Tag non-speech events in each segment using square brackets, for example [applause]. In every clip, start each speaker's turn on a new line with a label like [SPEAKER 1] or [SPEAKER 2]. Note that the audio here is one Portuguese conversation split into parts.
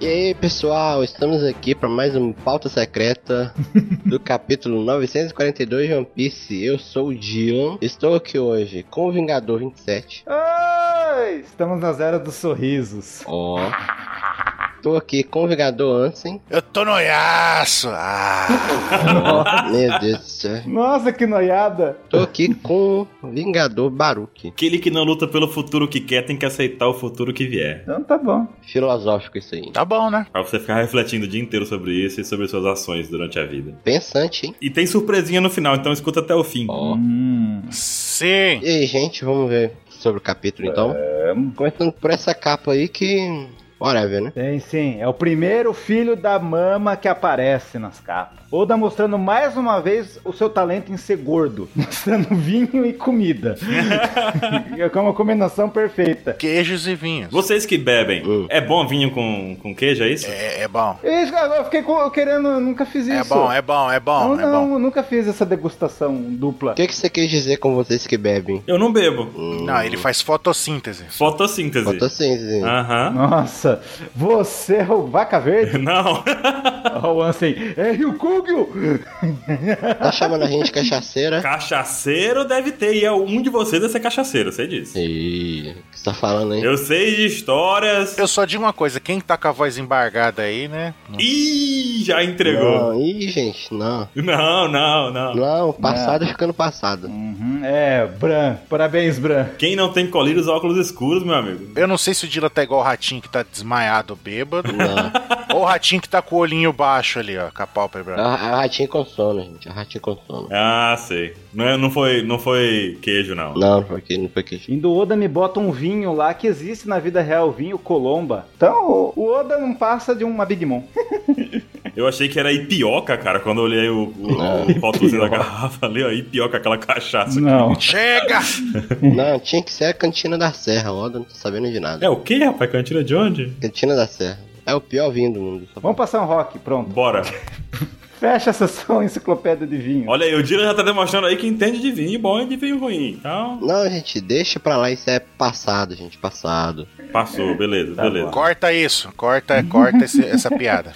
[SPEAKER 1] E aí pessoal, estamos aqui para mais um Pauta Secreta do capítulo 942 de One Piece. Eu sou o Dion, estou aqui hoje com o Vingador 27.
[SPEAKER 2] Ai, estamos na era dos sorrisos.
[SPEAKER 1] Ó. Tô aqui com o Vingador Ansem.
[SPEAKER 3] Eu tô noiaço! Ah!
[SPEAKER 1] Ó, Meu Deus do céu.
[SPEAKER 2] Nossa, que noiada!
[SPEAKER 1] Tô aqui com o Vingador Baruque.
[SPEAKER 4] Aquele que não luta pelo futuro que quer tem que aceitar o futuro que vier.
[SPEAKER 2] Então tá bom.
[SPEAKER 1] Filosófico isso aí.
[SPEAKER 3] tá bom, né?
[SPEAKER 4] Pra você ficar refletindo o dia inteiro sobre isso e sobre suas ações durante a vida.
[SPEAKER 1] Pensante, hein?
[SPEAKER 4] E tem surpresinha no final, então escuta até o fim.
[SPEAKER 1] Ó.
[SPEAKER 2] Hum,
[SPEAKER 3] Sim!
[SPEAKER 1] E aí, gente, vamos ver sobre o capítulo então. Começando por essa capa aí que. Whatever, né?
[SPEAKER 2] tem sim, é o primeiro filho da mama que aparece nas capas. Oda mostrando mais uma vez o seu talento em ser gordo, [laughs] mostrando vinho e
[SPEAKER 3] [laughs]
[SPEAKER 2] comida. é uma combinação perfeita.
[SPEAKER 3] Queijos e vinhos.
[SPEAKER 4] Vocês que bebem,
[SPEAKER 1] Uh.
[SPEAKER 4] é bom vinho com, com queijo, é isso?
[SPEAKER 3] É, é bom.
[SPEAKER 2] Isso, eu fiquei co- querendo, eu nunca fiz
[SPEAKER 3] É
[SPEAKER 2] isso.
[SPEAKER 3] bom, é bom, é bom,
[SPEAKER 2] não,
[SPEAKER 3] é
[SPEAKER 2] não,
[SPEAKER 3] bom.
[SPEAKER 2] eu nunca fiz essa degustação dupla.
[SPEAKER 1] O que, que você quer dizer com vocês que bebem?
[SPEAKER 4] Eu não bebo.
[SPEAKER 3] Não, ele faz fotossíntese.
[SPEAKER 4] Fotossíntese.
[SPEAKER 1] Fotossíntese.
[SPEAKER 4] Aham.
[SPEAKER 2] Nossa, você é o Vaca
[SPEAKER 3] [laughs]
[SPEAKER 2] Verde?
[SPEAKER 4] Não. [laughs]
[SPEAKER 2] Ó, o Ansem, é Ryukugyu!
[SPEAKER 1] Tá chamando a gente
[SPEAKER 4] É? [laughs]
[SPEAKER 1] cachaceira?
[SPEAKER 4] Cachaceiro deve ter, e é um de vocês a ser cachaceiro, sei disso.
[SPEAKER 1] Ih, o que você tá falando, hein?
[SPEAKER 4] Eu sei de histórias.
[SPEAKER 3] Eu só digo uma coisa, quem tá com a voz embargada aí, né?
[SPEAKER 4] Ih, já entregou.
[SPEAKER 1] Não, ih, gente, não.
[SPEAKER 4] Não, não, não.
[SPEAKER 1] Não, passado ficando passado.
[SPEAKER 2] Uhum, é, Bran. Parabéns, Bran.
[SPEAKER 4] Quem não tem colírio, os óculos escuros, meu amigo.
[SPEAKER 3] Eu não sei se o Dila tá igual o ratinho que tá desmaiado bêbado,
[SPEAKER 1] Não.
[SPEAKER 3] ou o ratinho que tá com o olhinho baixo ali, ó, com a pálpebra.
[SPEAKER 1] A, a ratinha com sono, gente. A ratinha com sono.
[SPEAKER 4] Ah, sei. Não, é- não foi, não foi queijo, não.
[SPEAKER 1] Não, não foi aqui, não foi aqui.
[SPEAKER 2] Indo Oda me bota um vinho lá que existe na vida real, vinho Colomba. Então, o- o Oda não passa de uma Big Mom.
[SPEAKER 4] Eu achei que era ipioca, cara, quando eu olhei o,
[SPEAKER 1] Não.
[SPEAKER 4] o, o rótulo assim da garrafa ali, ó, ipioca, aquela cachaça.
[SPEAKER 2] Não.
[SPEAKER 3] Chega!
[SPEAKER 1] Não, tinha que ser a Cantina da Serra, ó, não tô sabendo de nada.
[SPEAKER 4] É o quê, rapaz? Cantina de onde?
[SPEAKER 1] Cantina da Serra. É o pior vinho do mundo. tá Só
[SPEAKER 2] Vamos passar um rock, pronto.
[SPEAKER 4] Bora.
[SPEAKER 2] Fecha a [laughs] sessão enciclopédia de vinho.
[SPEAKER 4] Olha aí, o Dylan já tá demonstrando aí que entende de vinho bom e de vinho ruim. Então,
[SPEAKER 1] Não, gente, deixa pra lá, isso é passado, gente, passado.
[SPEAKER 4] passou, beleza,
[SPEAKER 2] Tá
[SPEAKER 4] beleza.
[SPEAKER 3] Corta isso, corta, corta esse- essa piada.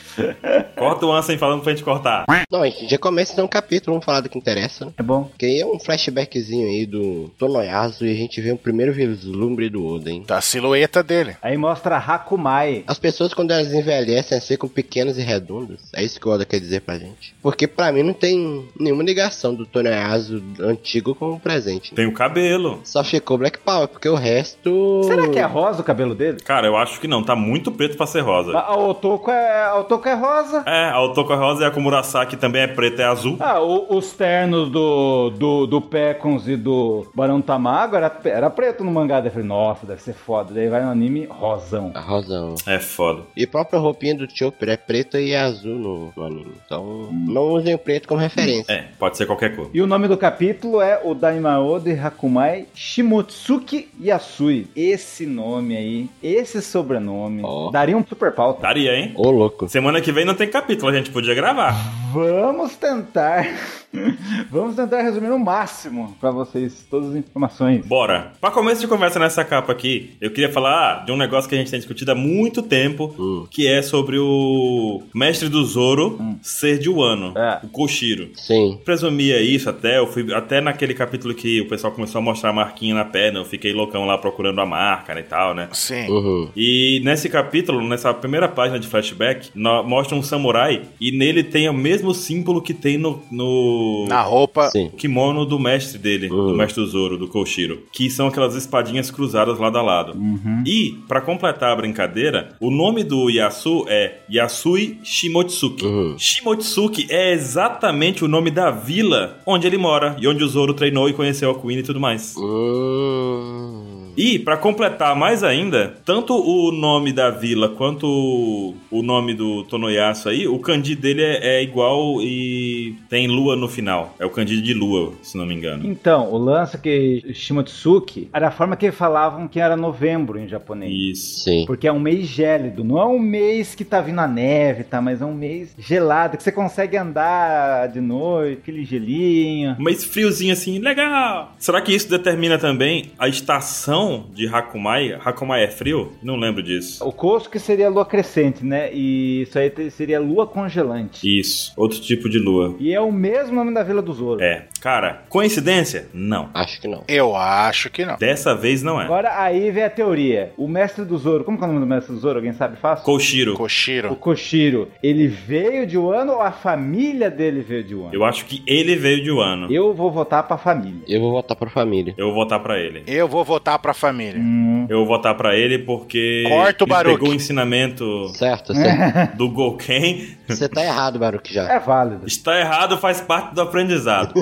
[SPEAKER 4] Corta o Ansem falando pra gente cortar.
[SPEAKER 1] Não, a gente já começa então um capítulo, vamos falar do que interessa, né?
[SPEAKER 2] É bom.
[SPEAKER 1] Que aí é um flashbackzinho aí do Tonoyasu e a gente vê o primeiro vislumbre do Oden.
[SPEAKER 3] Da Tá silhueta dele.
[SPEAKER 2] Aí mostra Hakumai.
[SPEAKER 1] As pessoas quando elas envelhecem assim ficam pequenas e redondas. É isso que o Oda quer dizer pra gente. Porque pra mim não tem nenhuma ligação do Tonoyasu antigo com o presente. né?
[SPEAKER 4] Tem o cabelo.
[SPEAKER 1] Só ficou Black Power, porque o resto.
[SPEAKER 2] Será que é rosa o cabelo dele?
[SPEAKER 4] Cara, eu acho que não, tá muito preto pra ser rosa.
[SPEAKER 2] Ah, o toco é, o toco é rosa.
[SPEAKER 4] É, a Otoko é rosa e a Komurasaki que também é preta e azul.
[SPEAKER 2] Ah, o- os ternos do, do, do Pecons e do Barão Tamago era, era preto no mangá. Daí eu falei, nossa, deve ser foda. Daí vai no anime, rosão.
[SPEAKER 1] A tá Rosão.
[SPEAKER 4] É foda.
[SPEAKER 1] E a própria roupinha do Chopper é preta e azul no, no anime. Então, não usem o preto como referência.
[SPEAKER 4] É, pode ser qualquer cor.
[SPEAKER 2] E o nome do capítulo é O Daimao de Hakumai Shimotsuki Yasui. Esse nome aí, esse sobrenome,
[SPEAKER 1] Ó.
[SPEAKER 2] daria um super pauta.
[SPEAKER 4] Daria, hein?
[SPEAKER 1] Ô, louco.
[SPEAKER 4] Semana que vem não tem capítulo, a gente podia gravar.
[SPEAKER 2] Vamos tentar. [laughs] Vamos tentar resumir no máximo pra vocês todas as informações.
[SPEAKER 4] Bora! Pra começo de conversa nessa capa aqui, eu queria falar de um negócio que a gente tem discutido há muito tempo,
[SPEAKER 1] Hum.
[SPEAKER 4] que é sobre o mestre do Zoro ser de Wano,
[SPEAKER 2] É.
[SPEAKER 4] o Koshiro.
[SPEAKER 1] Sim.
[SPEAKER 4] Presumia isso até, eu fui até naquele capítulo que o pessoal começou a mostrar a marquinha na perna, eu fiquei loucão lá procurando a marca né, e tal, né?
[SPEAKER 3] Sim.
[SPEAKER 1] Uhum.
[SPEAKER 4] E nesse capítulo, nessa primeira página de flashback, no- mostra um samurai e nele tem o mesmo símbolo que tem no- no...
[SPEAKER 3] Na roupa.
[SPEAKER 1] Sim.
[SPEAKER 4] O kimono do mestre dele, do
[SPEAKER 1] Uhum.
[SPEAKER 4] mestre Zoro, do Koshiro, que são aquelas espadinhas cruzadas lado a lado.
[SPEAKER 1] Uhum.
[SPEAKER 4] E, pra completar a brincadeira, o nome do Yasu é Yasui Shimotsuki.
[SPEAKER 1] Uhum.
[SPEAKER 4] Shimotsuki é exatamente o nome da vila onde ele mora e onde o Zoro treinou e conheceu a Queen e tudo mais.
[SPEAKER 1] Uhum. Hum.
[SPEAKER 4] E, pra completar mais ainda, tanto o nome da vila quanto o- o nome do Tonoyasu aí, o kanji dele é, é igual e tem lua no final. É o kanji de lua, se não me engano.
[SPEAKER 2] Então, o lance que Shimotsuki era a forma que falavam que era novembro em japonês.
[SPEAKER 4] Isso.
[SPEAKER 1] Sim.
[SPEAKER 2] Porque é um mês gélido, não é um mês que tá vindo a neve, tá? Mas é um mês gelado, que você consegue andar de noite, aquele gelinho.
[SPEAKER 4] Mas friozinho assim, legal. Será que isso determina também a estação mão de Hakumai. Hakumai é frio? Não lembro disso.
[SPEAKER 2] O Cosco que seria lua crescente, né? E isso aí te- seria lua congelante.
[SPEAKER 4] Isso, outro tipo de lua.
[SPEAKER 2] E é o mesmo nome da Vila do Zoro.
[SPEAKER 4] É, cara, coincidência? Não.
[SPEAKER 1] Acho que não.
[SPEAKER 3] Eu acho que não.
[SPEAKER 4] Dessa vez não é.
[SPEAKER 2] Agora aí vem a teoria. O mestre do Zoro, como que é o nome do mestre do Zoro? Alguém sabe fácil?
[SPEAKER 4] Koshiro.
[SPEAKER 2] o
[SPEAKER 3] Koshiro.
[SPEAKER 2] Koshiro, ele veio de Wano ou a família dele veio de Wano?
[SPEAKER 4] Eu acho que ele veio de Wano.
[SPEAKER 2] Eu vou votar pra família.
[SPEAKER 1] Eu vou votar pra família.
[SPEAKER 4] Eu vou votar pra ele.
[SPEAKER 3] Eu vou votar pra família.
[SPEAKER 2] Hum.
[SPEAKER 4] Eu vou votar pra ele porque
[SPEAKER 3] Corta o
[SPEAKER 4] ele
[SPEAKER 3] Baruch.
[SPEAKER 4] pegou o ensinamento
[SPEAKER 1] Certo,
[SPEAKER 2] [laughs]
[SPEAKER 1] certo.
[SPEAKER 4] do
[SPEAKER 3] [laughs]
[SPEAKER 4] Golken.
[SPEAKER 1] Você tá errado, Baruque, já.
[SPEAKER 2] É válido.
[SPEAKER 4] Está errado, faz parte do aprendizado.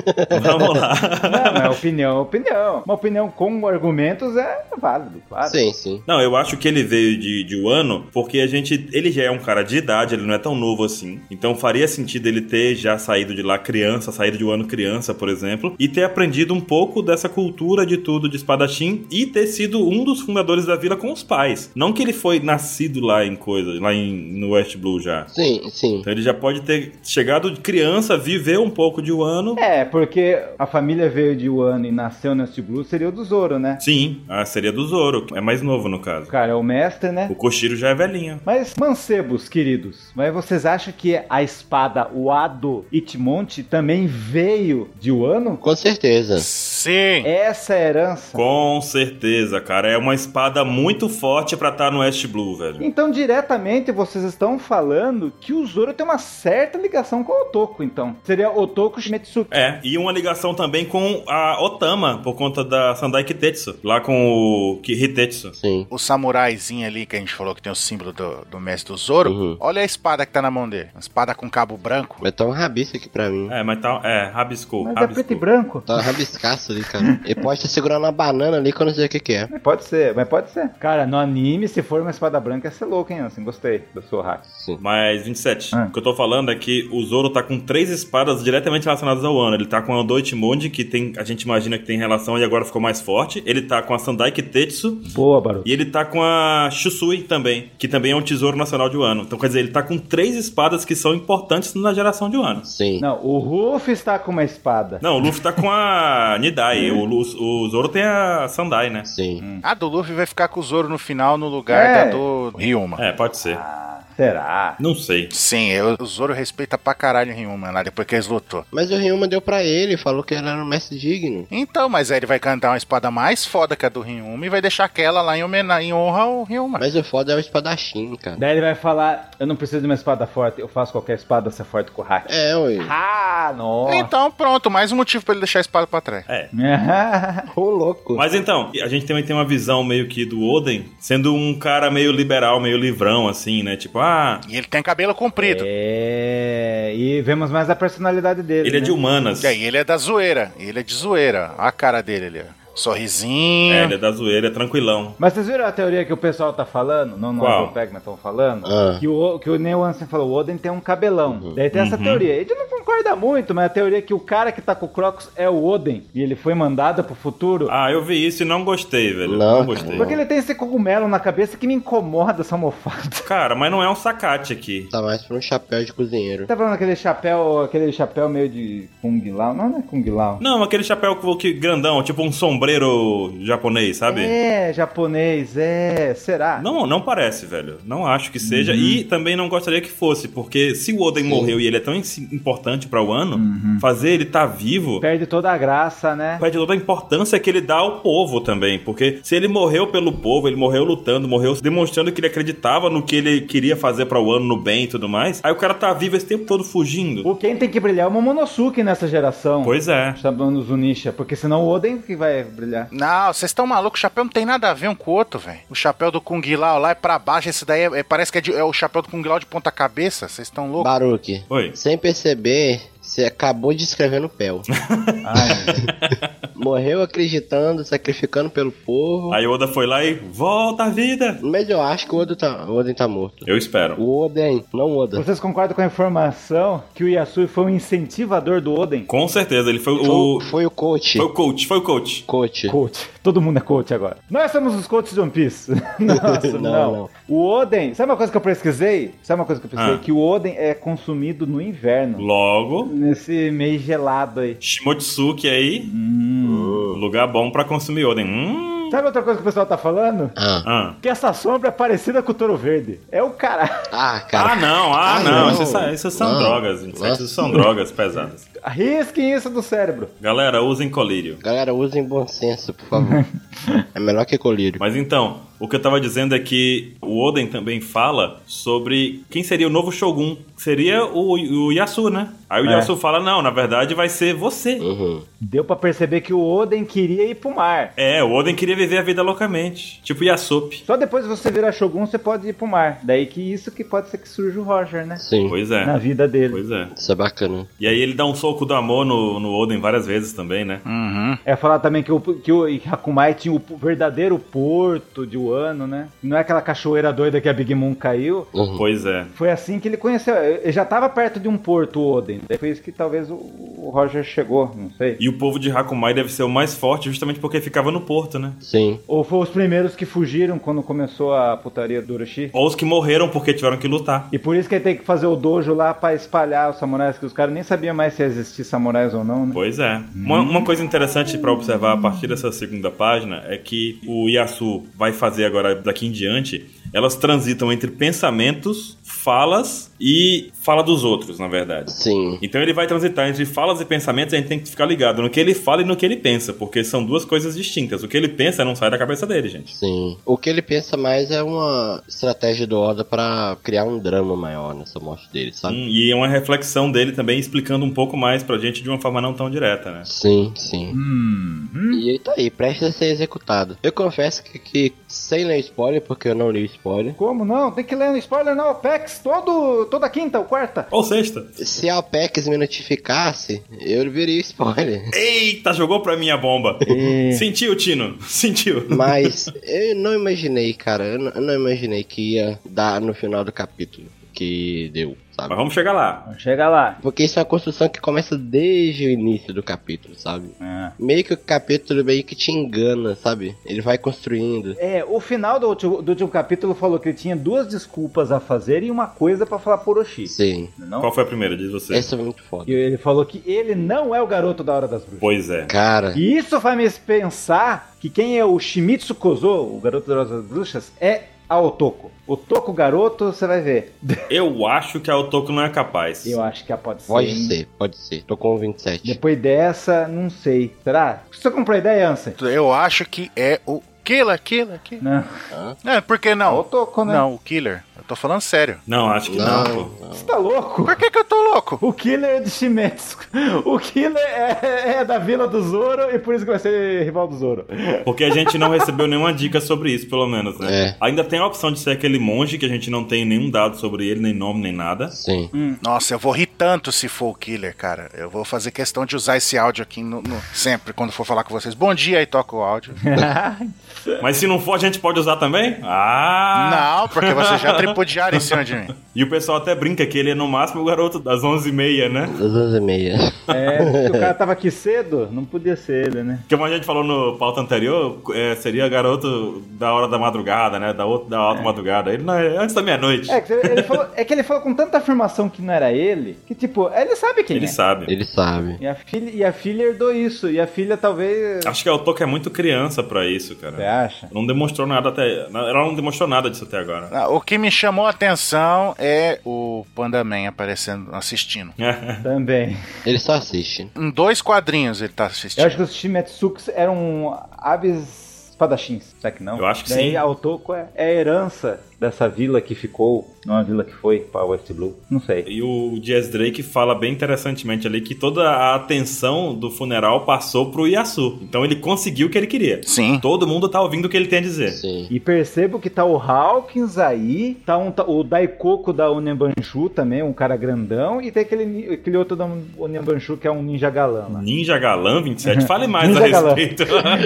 [SPEAKER 4] Vamos lá.
[SPEAKER 2] Não, é opinião, é opinião. Uma opinião com argumentos é válido, claro.
[SPEAKER 1] Sim, sim.
[SPEAKER 4] Não, eu acho que ele veio de, de Wano porque a gente. Ele já é um cara de idade, ele não é tão novo assim. Então faria sentido ele ter já saído de lá criança, saído de Wano criança, por exemplo, e ter aprendido um pouco dessa cultura de tudo de espadachim e ter sido um dos fundadores da vila com os pais. Não que ele foi nascido lá em coisa, lá em, no West Blue já.
[SPEAKER 1] Sim, sim.
[SPEAKER 4] Então ele já pode ter chegado de criança, viver um pouco de Wano.
[SPEAKER 2] É, porque a família veio de Wano e nasceu nesse Blue seria o do Zoro, né?
[SPEAKER 4] Sim, a seria do Zoro, é mais novo no
[SPEAKER 2] O
[SPEAKER 4] caso.
[SPEAKER 2] cara é o mestre, né?
[SPEAKER 4] O Koshiro já é velhinho.
[SPEAKER 2] Mas, mancebos, queridos, mas vocês acham que a espada, o Ado Itmonte, também veio de Wano?
[SPEAKER 1] Com certeza.
[SPEAKER 3] Sim.
[SPEAKER 2] Essa é herança.
[SPEAKER 4] Com certeza, cara. É uma espada muito forte pra estar no West Blue, velho.
[SPEAKER 2] Então, diretamente, vocês estão falando que o Zoro tem uma certa ligação com o Otoko, então. Seria Otoko Shimetsuki.
[SPEAKER 4] É, e uma ligação também com a Otama, por conta da Sandai Kitetsu, lá com o Hitetsu.
[SPEAKER 1] Sim.
[SPEAKER 3] O samuraizinho ali que a gente falou que tem o símbolo do, do mestre do Zoro.
[SPEAKER 1] Uhum.
[SPEAKER 3] Olha a espada que tá na mão dele. Uma espada com cabo branco.
[SPEAKER 1] Mas tá um rabiço aqui pra mim.
[SPEAKER 4] É, mas tá. É, rabiscou.
[SPEAKER 2] Mas é
[SPEAKER 4] rabiscou.
[SPEAKER 2] preto e branco?
[SPEAKER 1] Tá um rabiscaço ali, cara. Ele pode estar segurando uma banana ali que eu não sei o que que é.
[SPEAKER 2] Mas Pode ser, mas pode ser. Cara, no anime, se for uma espada branca, ia ser louco, hein, Ansem? Gostei do seu hack.
[SPEAKER 1] Sim.
[SPEAKER 4] Mas, 27,
[SPEAKER 2] Ah.
[SPEAKER 4] o que eu tô falando é que o Zoro tá com três espadas diretamente relacionadas ao Ano. Ele tá com a Doitmonde, que tem, a gente imagina que tem relação e agora ficou mais forte. Ele tá com a Sandai Kitetsu,
[SPEAKER 2] Boa, Baru.
[SPEAKER 4] E ele tá com a Shusui também, que também é um tesouro nacional de Wano. Então, quer dizer, ele tá com três espadas que são importantes na geração de Wano.
[SPEAKER 1] Sim.
[SPEAKER 2] Não, o Ruff está com uma espada.
[SPEAKER 4] Não, o Luffy tá com a [laughs] Nidai. o, Lu- o Zoro tem a Sandai, né?
[SPEAKER 1] Sim.
[SPEAKER 3] A do Luffy vai ficar com o Zoro no final no lugar
[SPEAKER 2] É.
[SPEAKER 3] da do Ryuma.
[SPEAKER 4] É, pode ser.
[SPEAKER 2] Ah, será?
[SPEAKER 4] Não sei.
[SPEAKER 3] Sim, eu- o Zoro respeita pra caralho o Ryuma lá, depois que eles lutou.
[SPEAKER 1] Mas o Ryuma deu pra ele, falou que ele era um mestre digno.
[SPEAKER 3] Então, mas aí ele vai cantar uma espada mais foda que a do Ryuma e vai deixar aquela lá em, homena- em honra ao Ryuma.
[SPEAKER 1] Mas o foda é o espadachim, cara.
[SPEAKER 2] Daí ele vai falar: Eu não preciso de uma espada forte, eu faço qualquer espada ser forte com o hack.
[SPEAKER 1] É, ué.
[SPEAKER 2] Ah, nossa!
[SPEAKER 3] Então, pronto, mais um motivo pra ele deixar a espada pra trás.
[SPEAKER 4] É.
[SPEAKER 2] Ô, louco!
[SPEAKER 4] Mas então, a gente também tem uma visão meio que do Oden sendo um cara meio liberal, meio livrão, assim, né? Tipo, ah,
[SPEAKER 3] E ele tem cabelo comprido.
[SPEAKER 2] É, e vemos mais a personalidade dele.
[SPEAKER 4] ele é
[SPEAKER 2] né?
[SPEAKER 4] de humanas.
[SPEAKER 3] E aí ele é da zoeira. Ele é de zoeira. Olha a cara dele ali, ó. Sorrisinho.
[SPEAKER 4] É, ele é da zoeira, é tranquilão.
[SPEAKER 2] Mas vocês viram a teoria que o pessoal tá falando? Não, não,
[SPEAKER 4] Qual?
[SPEAKER 2] o Pegman estão falando?
[SPEAKER 1] Ah.
[SPEAKER 2] Que, o, que o Neil Hansen falou, o Oden tem um cabelão. Daí tem
[SPEAKER 4] Uhum.
[SPEAKER 2] essa teoria. Ele não concorda muito, mas a teoria é que o cara que tá com o Crocs é o Oden. E ele foi mandado pro futuro.
[SPEAKER 4] Ah, eu vi isso e não gostei, velho.
[SPEAKER 1] Não,
[SPEAKER 4] Não gostei.
[SPEAKER 2] Porque ele tem esse cogumelo na cabeça que me incomoda essa almofada.
[SPEAKER 4] Cara, mas não é um sacate aqui.
[SPEAKER 1] Tá mais pra um chapéu de cozinheiro.
[SPEAKER 2] Tá falando aquele chapéu, aquele chapéu meio de Kung Lao? Não, não é Kung Lao.
[SPEAKER 4] Não, aquele chapéu que- que grandão, tipo um sombreiro japonês, sabe?
[SPEAKER 2] É, japonês, é, será?
[SPEAKER 4] Não, não parece, velho. Não acho que seja. E também não gostaria que fosse, porque se o Oden morreu e ele é tão in- importante pra o ano, fazer ele estar tá vivo
[SPEAKER 2] Perde toda a graça, né?
[SPEAKER 4] perde toda a importância que ele dá ao povo também. Porque se ele morreu pelo povo, ele morreu lutando, morreu demonstrando que ele acreditava no que ele queria fazer pra o ano, no bem e tudo mais. Aí o cara tá vivo esse tempo todo fugindo.
[SPEAKER 2] O quem tem que brilhar é o Momonosuke nessa geração.
[SPEAKER 4] Pois é.
[SPEAKER 2] Chamando Zunisha, porque senão o Oden que vai brilhar.
[SPEAKER 3] Não, vocês estão malucos, o chapéu não tem nada a ver um com o outro, velho. O chapéu do Kung Lao lá é pra baixo, esse daí é- é- parece que é, de- é o chapéu do Kung Lao de ponta cabeça, vocês estão loucos?
[SPEAKER 1] Baruque,
[SPEAKER 4] Oi.
[SPEAKER 1] sem perceber, você acabou de escrever no pé.
[SPEAKER 2] Ai,
[SPEAKER 1] Morreu acreditando, sacrificando pelo povo.
[SPEAKER 4] Aí o Oda foi lá e volta à vida.
[SPEAKER 1] Mas eu acho que o Oden tá, o Oden tá morto.
[SPEAKER 4] Eu espero.
[SPEAKER 1] O Oden, não o Oda.
[SPEAKER 2] vocês concordam com a informação que o Yasui foi um incentivador do Oden?
[SPEAKER 4] Com certeza, ele foi o.
[SPEAKER 1] Foi, foi o coach.
[SPEAKER 4] Foi o coach, foi o coach.
[SPEAKER 1] Coach.
[SPEAKER 2] Coach. Todo mundo é coach agora. Nós somos os coaches de One
[SPEAKER 4] [laughs]
[SPEAKER 2] Piece. [laughs] Nossa, não,
[SPEAKER 1] Não, não.
[SPEAKER 2] O Oden... Sabe uma coisa que eu pesquisei? Sabe uma coisa que eu pesquisei?
[SPEAKER 4] Ah.
[SPEAKER 2] Que o Oden é consumido no inverno.
[SPEAKER 4] Logo,
[SPEAKER 2] Nesse meio gelado aí.
[SPEAKER 4] Shimotsuki aí, lugar bom pra consumir Oden. Hum,
[SPEAKER 2] Sabe outra coisa que o pessoal tá falando?
[SPEAKER 1] Ah,
[SPEAKER 4] Ah,
[SPEAKER 2] Que essa sombra é parecida com o touro verde. É o [laughs] caralho.
[SPEAKER 1] Ah,
[SPEAKER 4] ah
[SPEAKER 1] cara.
[SPEAKER 4] não, ah,
[SPEAKER 1] Ah,
[SPEAKER 4] não.
[SPEAKER 1] não.
[SPEAKER 4] Essas, são- essas são
[SPEAKER 1] Não.
[SPEAKER 4] drogas, gente. Essas são drogas pesadas.
[SPEAKER 2] Risquem isso do cérebro.
[SPEAKER 4] Galera, usem colírio.
[SPEAKER 1] Galera, usem bom senso, por [laughs] favor. é melhor que colírio.
[SPEAKER 4] Mas então, o que eu tava dizendo é que o Oden também fala sobre quem seria o novo Shogun. Seria o, o Yasu, né? Aí o
[SPEAKER 2] É.
[SPEAKER 4] Yasu fala, não, na verdade vai ser você.
[SPEAKER 1] Uhum.
[SPEAKER 2] Deu pra perceber que o Oden queria ir pro mar.
[SPEAKER 4] É, o Oden queria viver a vida loucamente. Tipo Yasop.
[SPEAKER 2] Só depois que você virar Shogun, você pode ir pro mar. Daí que isso que pode ser que surja o Roger, né?
[SPEAKER 1] Sim,
[SPEAKER 4] Pois
[SPEAKER 2] Na
[SPEAKER 4] é,
[SPEAKER 2] vida dele.
[SPEAKER 4] pois é.
[SPEAKER 1] isso é bacana.
[SPEAKER 4] E aí ele dá um soco do amor no, no Oden várias vezes também, né?
[SPEAKER 3] Uhum.
[SPEAKER 2] É falar também que o, que o Hakumai tinha o verdadeiro porto de Wano, né? Não é aquela cachoeira doida que a Big Moon caiu.
[SPEAKER 1] Uhum.
[SPEAKER 4] Pois é.
[SPEAKER 2] Foi assim que ele conheceu. Ele já tava perto de um porto, o Oden. Daí foi isso que talvez o, o Roger chegou, não sei.
[SPEAKER 4] E o povo de Hakumai deve ser o mais forte justamente porque ficava no porto, né?
[SPEAKER 1] Sim.
[SPEAKER 2] Ou foram os primeiros que fugiram quando começou a putaria do Orochi?
[SPEAKER 4] Ou os que morreram porque tiveram que lutar.
[SPEAKER 2] E por isso que ele tem que fazer o dojo lá pra espalhar os samurais, que os caras nem sabiam mais se existia samurais ou não, né?
[SPEAKER 4] Pois é. Uma, uma coisa interessante pra observar a partir dessa segunda página é que o Yasu vai fazer agora daqui em diante. Elas transitam entre pensamentos, falas e fala dos outros, na verdade.
[SPEAKER 1] Sim.
[SPEAKER 4] Então ele vai transitar entre falas e pensamentos, a gente tem que ficar ligado no que ele fala e no que ele pensa, porque são duas coisas distintas. O que ele pensa não sai da cabeça dele, gente.
[SPEAKER 1] Sim. O que ele pensa mais é uma estratégia do Oda pra criar um drama maior nessa morte dele, sabe?
[SPEAKER 4] Hum, e é uma reflexão dele também explicando um pouco mais pra gente de uma forma não tão direta, né?
[SPEAKER 1] Sim, sim. E ele tá aí, prestes a ser executado. Eu confesso que, que sem ler spoiler, porque eu não li o spoiler.
[SPEAKER 2] Como não? Tem que ler no spoiler na OPEX todo, toda quinta ou quarta.
[SPEAKER 4] Ou sexta.
[SPEAKER 1] Se a OPEX me notificasse, eu viria spoiler.
[SPEAKER 4] Eita, jogou pra mim a bomba.
[SPEAKER 2] É.
[SPEAKER 4] Sentiu, Tino. [laughs] Sentiu.
[SPEAKER 1] Mas eu não imaginei, cara. Eu não, eu não imaginei que ia dar no final do capítulo. Que deu,
[SPEAKER 4] Mas
[SPEAKER 1] sabe?
[SPEAKER 4] vamos chegar lá.
[SPEAKER 2] Chega lá.
[SPEAKER 1] Porque isso é uma construção que começa desde o início do capítulo, sabe?
[SPEAKER 2] É.
[SPEAKER 1] Meio que o capítulo meio que te engana, sabe? Ele vai construindo.
[SPEAKER 2] É, o final do último, do último capítulo falou que ele tinha duas desculpas a fazer e uma coisa pra falar por Oxi.
[SPEAKER 1] Sim.
[SPEAKER 2] Não?
[SPEAKER 4] Qual foi a primeira? Diz você.
[SPEAKER 1] Essa é muito
[SPEAKER 2] E
[SPEAKER 1] foda.
[SPEAKER 2] ele falou que ele não é o garoto da Hora das Bruxas.
[SPEAKER 4] Pois é.
[SPEAKER 1] Cara,
[SPEAKER 2] E isso vai me pensar que quem é o Shimizu Kozo, o garoto da Hora das Bruxas, é a Otoko. Otoko garoto, você vai ver.
[SPEAKER 4] Eu acho que a Otoko não é capaz.
[SPEAKER 2] Eu acho que a pode ser.
[SPEAKER 1] pode
[SPEAKER 2] hein?
[SPEAKER 1] ser, pode ser. Tô com um 27.
[SPEAKER 2] Depois dessa, não sei. Será? Você comprou a ideia, Ansem?
[SPEAKER 3] Eu acho que é o Killer, Killer, Killer.
[SPEAKER 2] Não.
[SPEAKER 3] É, por que
[SPEAKER 2] A
[SPEAKER 3] não?
[SPEAKER 2] Otoko, né?
[SPEAKER 3] Não, o Killer. Eu tô falando sério.
[SPEAKER 4] Não, acho que não, pô.
[SPEAKER 2] Você tá louco?
[SPEAKER 3] Por que que eu tô louco?
[SPEAKER 2] O Killer é de Shimetsu. [laughs] O Killer é, é da vila do Zoro e por isso que vai ser rival do Zoro. [laughs]
[SPEAKER 4] Porque a gente não recebeu nenhuma dica sobre isso, pelo menos, né?
[SPEAKER 1] É.
[SPEAKER 4] Ainda tem a opção de ser aquele monge que a gente não tem nenhum dado sobre ele, nem nome, nem nada.
[SPEAKER 1] Sim.
[SPEAKER 4] Hum.
[SPEAKER 3] Nossa, eu vou rir tanto se for o Killer, cara. Eu vou fazer questão de usar esse áudio aqui no, no- sempre quando for falar com vocês. Bom dia, aí toca o áudio.
[SPEAKER 4] Mas se não for, a gente pode usar também? Ah!
[SPEAKER 3] Não, porque vocês já tripudiaram em cima de mim.
[SPEAKER 4] E o pessoal até brinca que ele é no máximo o garoto das 11h30, né?
[SPEAKER 1] Das 11 e meia. [laughs]
[SPEAKER 2] É, se o cara tava aqui cedo, não podia ser ele, né?
[SPEAKER 4] Porque como a gente falou no pauta anterior, é, seria garoto da hora da madrugada, né? Da, outra, da alta madrugada. Ele não é antes da meia-noite.
[SPEAKER 2] É que, ele falou, é que ele falou com tanta afirmação que não era ele, que tipo, ele sabe quem
[SPEAKER 4] Ele
[SPEAKER 2] é.
[SPEAKER 4] sabe.
[SPEAKER 1] Ele sabe.
[SPEAKER 2] E a, filha, e a filha herdou isso, e a filha talvez...
[SPEAKER 4] Acho que a Otoko é muito criança pra isso, cara.
[SPEAKER 2] Você acha?
[SPEAKER 4] Não demonstrou nada até. Ela não demonstrou nada disso até agora. [laughs]
[SPEAKER 3] Ah, O que me chamou a atenção é o Pandaman aparecendo, assistindo.
[SPEAKER 2] Também.
[SPEAKER 1] Ele só assiste.
[SPEAKER 3] Em dois quadrinhos ele tá
[SPEAKER 2] Eu
[SPEAKER 3] assistindo.
[SPEAKER 2] acho que os Shimetsuks eram aves espadachins, será que não?
[SPEAKER 4] Eu acho que
[SPEAKER 2] Daí
[SPEAKER 4] sim.
[SPEAKER 2] a Otoko é, é a herança dessa vila que ficou, não é a vila que foi pra West Blue, não sei.
[SPEAKER 4] E o Jazz Drake fala bem interessantemente ali que toda a atenção do funeral passou pro Yasu. Então ele conseguiu o que ele queria.
[SPEAKER 3] Sim.
[SPEAKER 4] Todo mundo tá ouvindo o que ele tem a dizer.
[SPEAKER 1] Sim.
[SPEAKER 2] E percebo que tá o Hawkins aí, tá um- tá- o Daikoku da Onenbanshu também, um cara grandão, e tem aquele, ni- aquele outro da Onenbanshu que é um ninja galã lá.
[SPEAKER 4] Ninja Galã 27, fale mais
[SPEAKER 2] Ninja
[SPEAKER 4] a
[SPEAKER 2] Galã.
[SPEAKER 4] respeito. [laughs]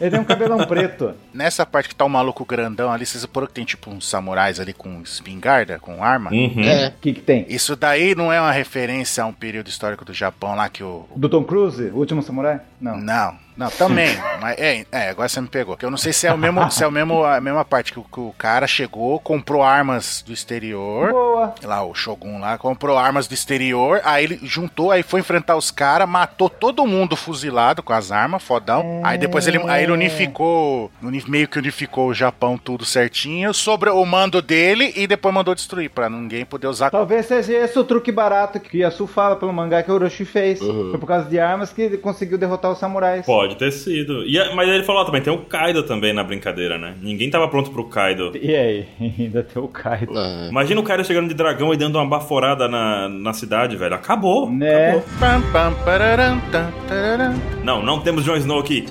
[SPEAKER 2] Ele tem um cabelão preto.
[SPEAKER 3] Nessa parte que tá o maluco grandão ali, vocês reparam que tem tipo uns samurais ali com espingarda, com arma?
[SPEAKER 4] Uhum.
[SPEAKER 1] É,
[SPEAKER 2] O que que tem?
[SPEAKER 3] Isso daí não é uma referência a um período histórico do Japão lá que o.
[SPEAKER 2] Do Tom Cruise, o último samurai? Não.
[SPEAKER 3] Não.
[SPEAKER 2] [laughs]
[SPEAKER 3] Não, também. mas é, é, agora você me pegou. Que eu não sei se é o mesmo, se é o mesmo a mesma parte que o, que o cara chegou, comprou armas do exterior.
[SPEAKER 2] Boa.
[SPEAKER 3] Lá o Shogun lá comprou armas do exterior, aí ele juntou, aí foi enfrentar os caras, matou todo mundo fuzilado com as armas, fodão. Aí depois ele, aí ele unificou, uni- meio que unificou o Japão tudo certinho, sobrou o mando dele e depois mandou destruir pra ninguém poder usar.
[SPEAKER 2] Talvez seja esse o truque barato que Yasu fala pelo mangá que Orochi fez.
[SPEAKER 1] Uhum.
[SPEAKER 2] Foi por causa de armas que ele conseguiu derrotar os samurais.
[SPEAKER 4] Pode ter sido. E, a- mas ele falou ó, também, tem o Kaido também na brincadeira, né? Ninguém tava pronto pro Kaido.
[SPEAKER 2] E aí? [laughs] Ainda tem o Kaido.
[SPEAKER 1] Ah,
[SPEAKER 4] Imagina o cara chegando de dragão e dando uma baforada na, na cidade, velho. Acabou.
[SPEAKER 2] Né?
[SPEAKER 4] Acabou.
[SPEAKER 3] Pam, pam, pararam, tam, tararam.
[SPEAKER 4] Não, não temos Jon Snow aqui.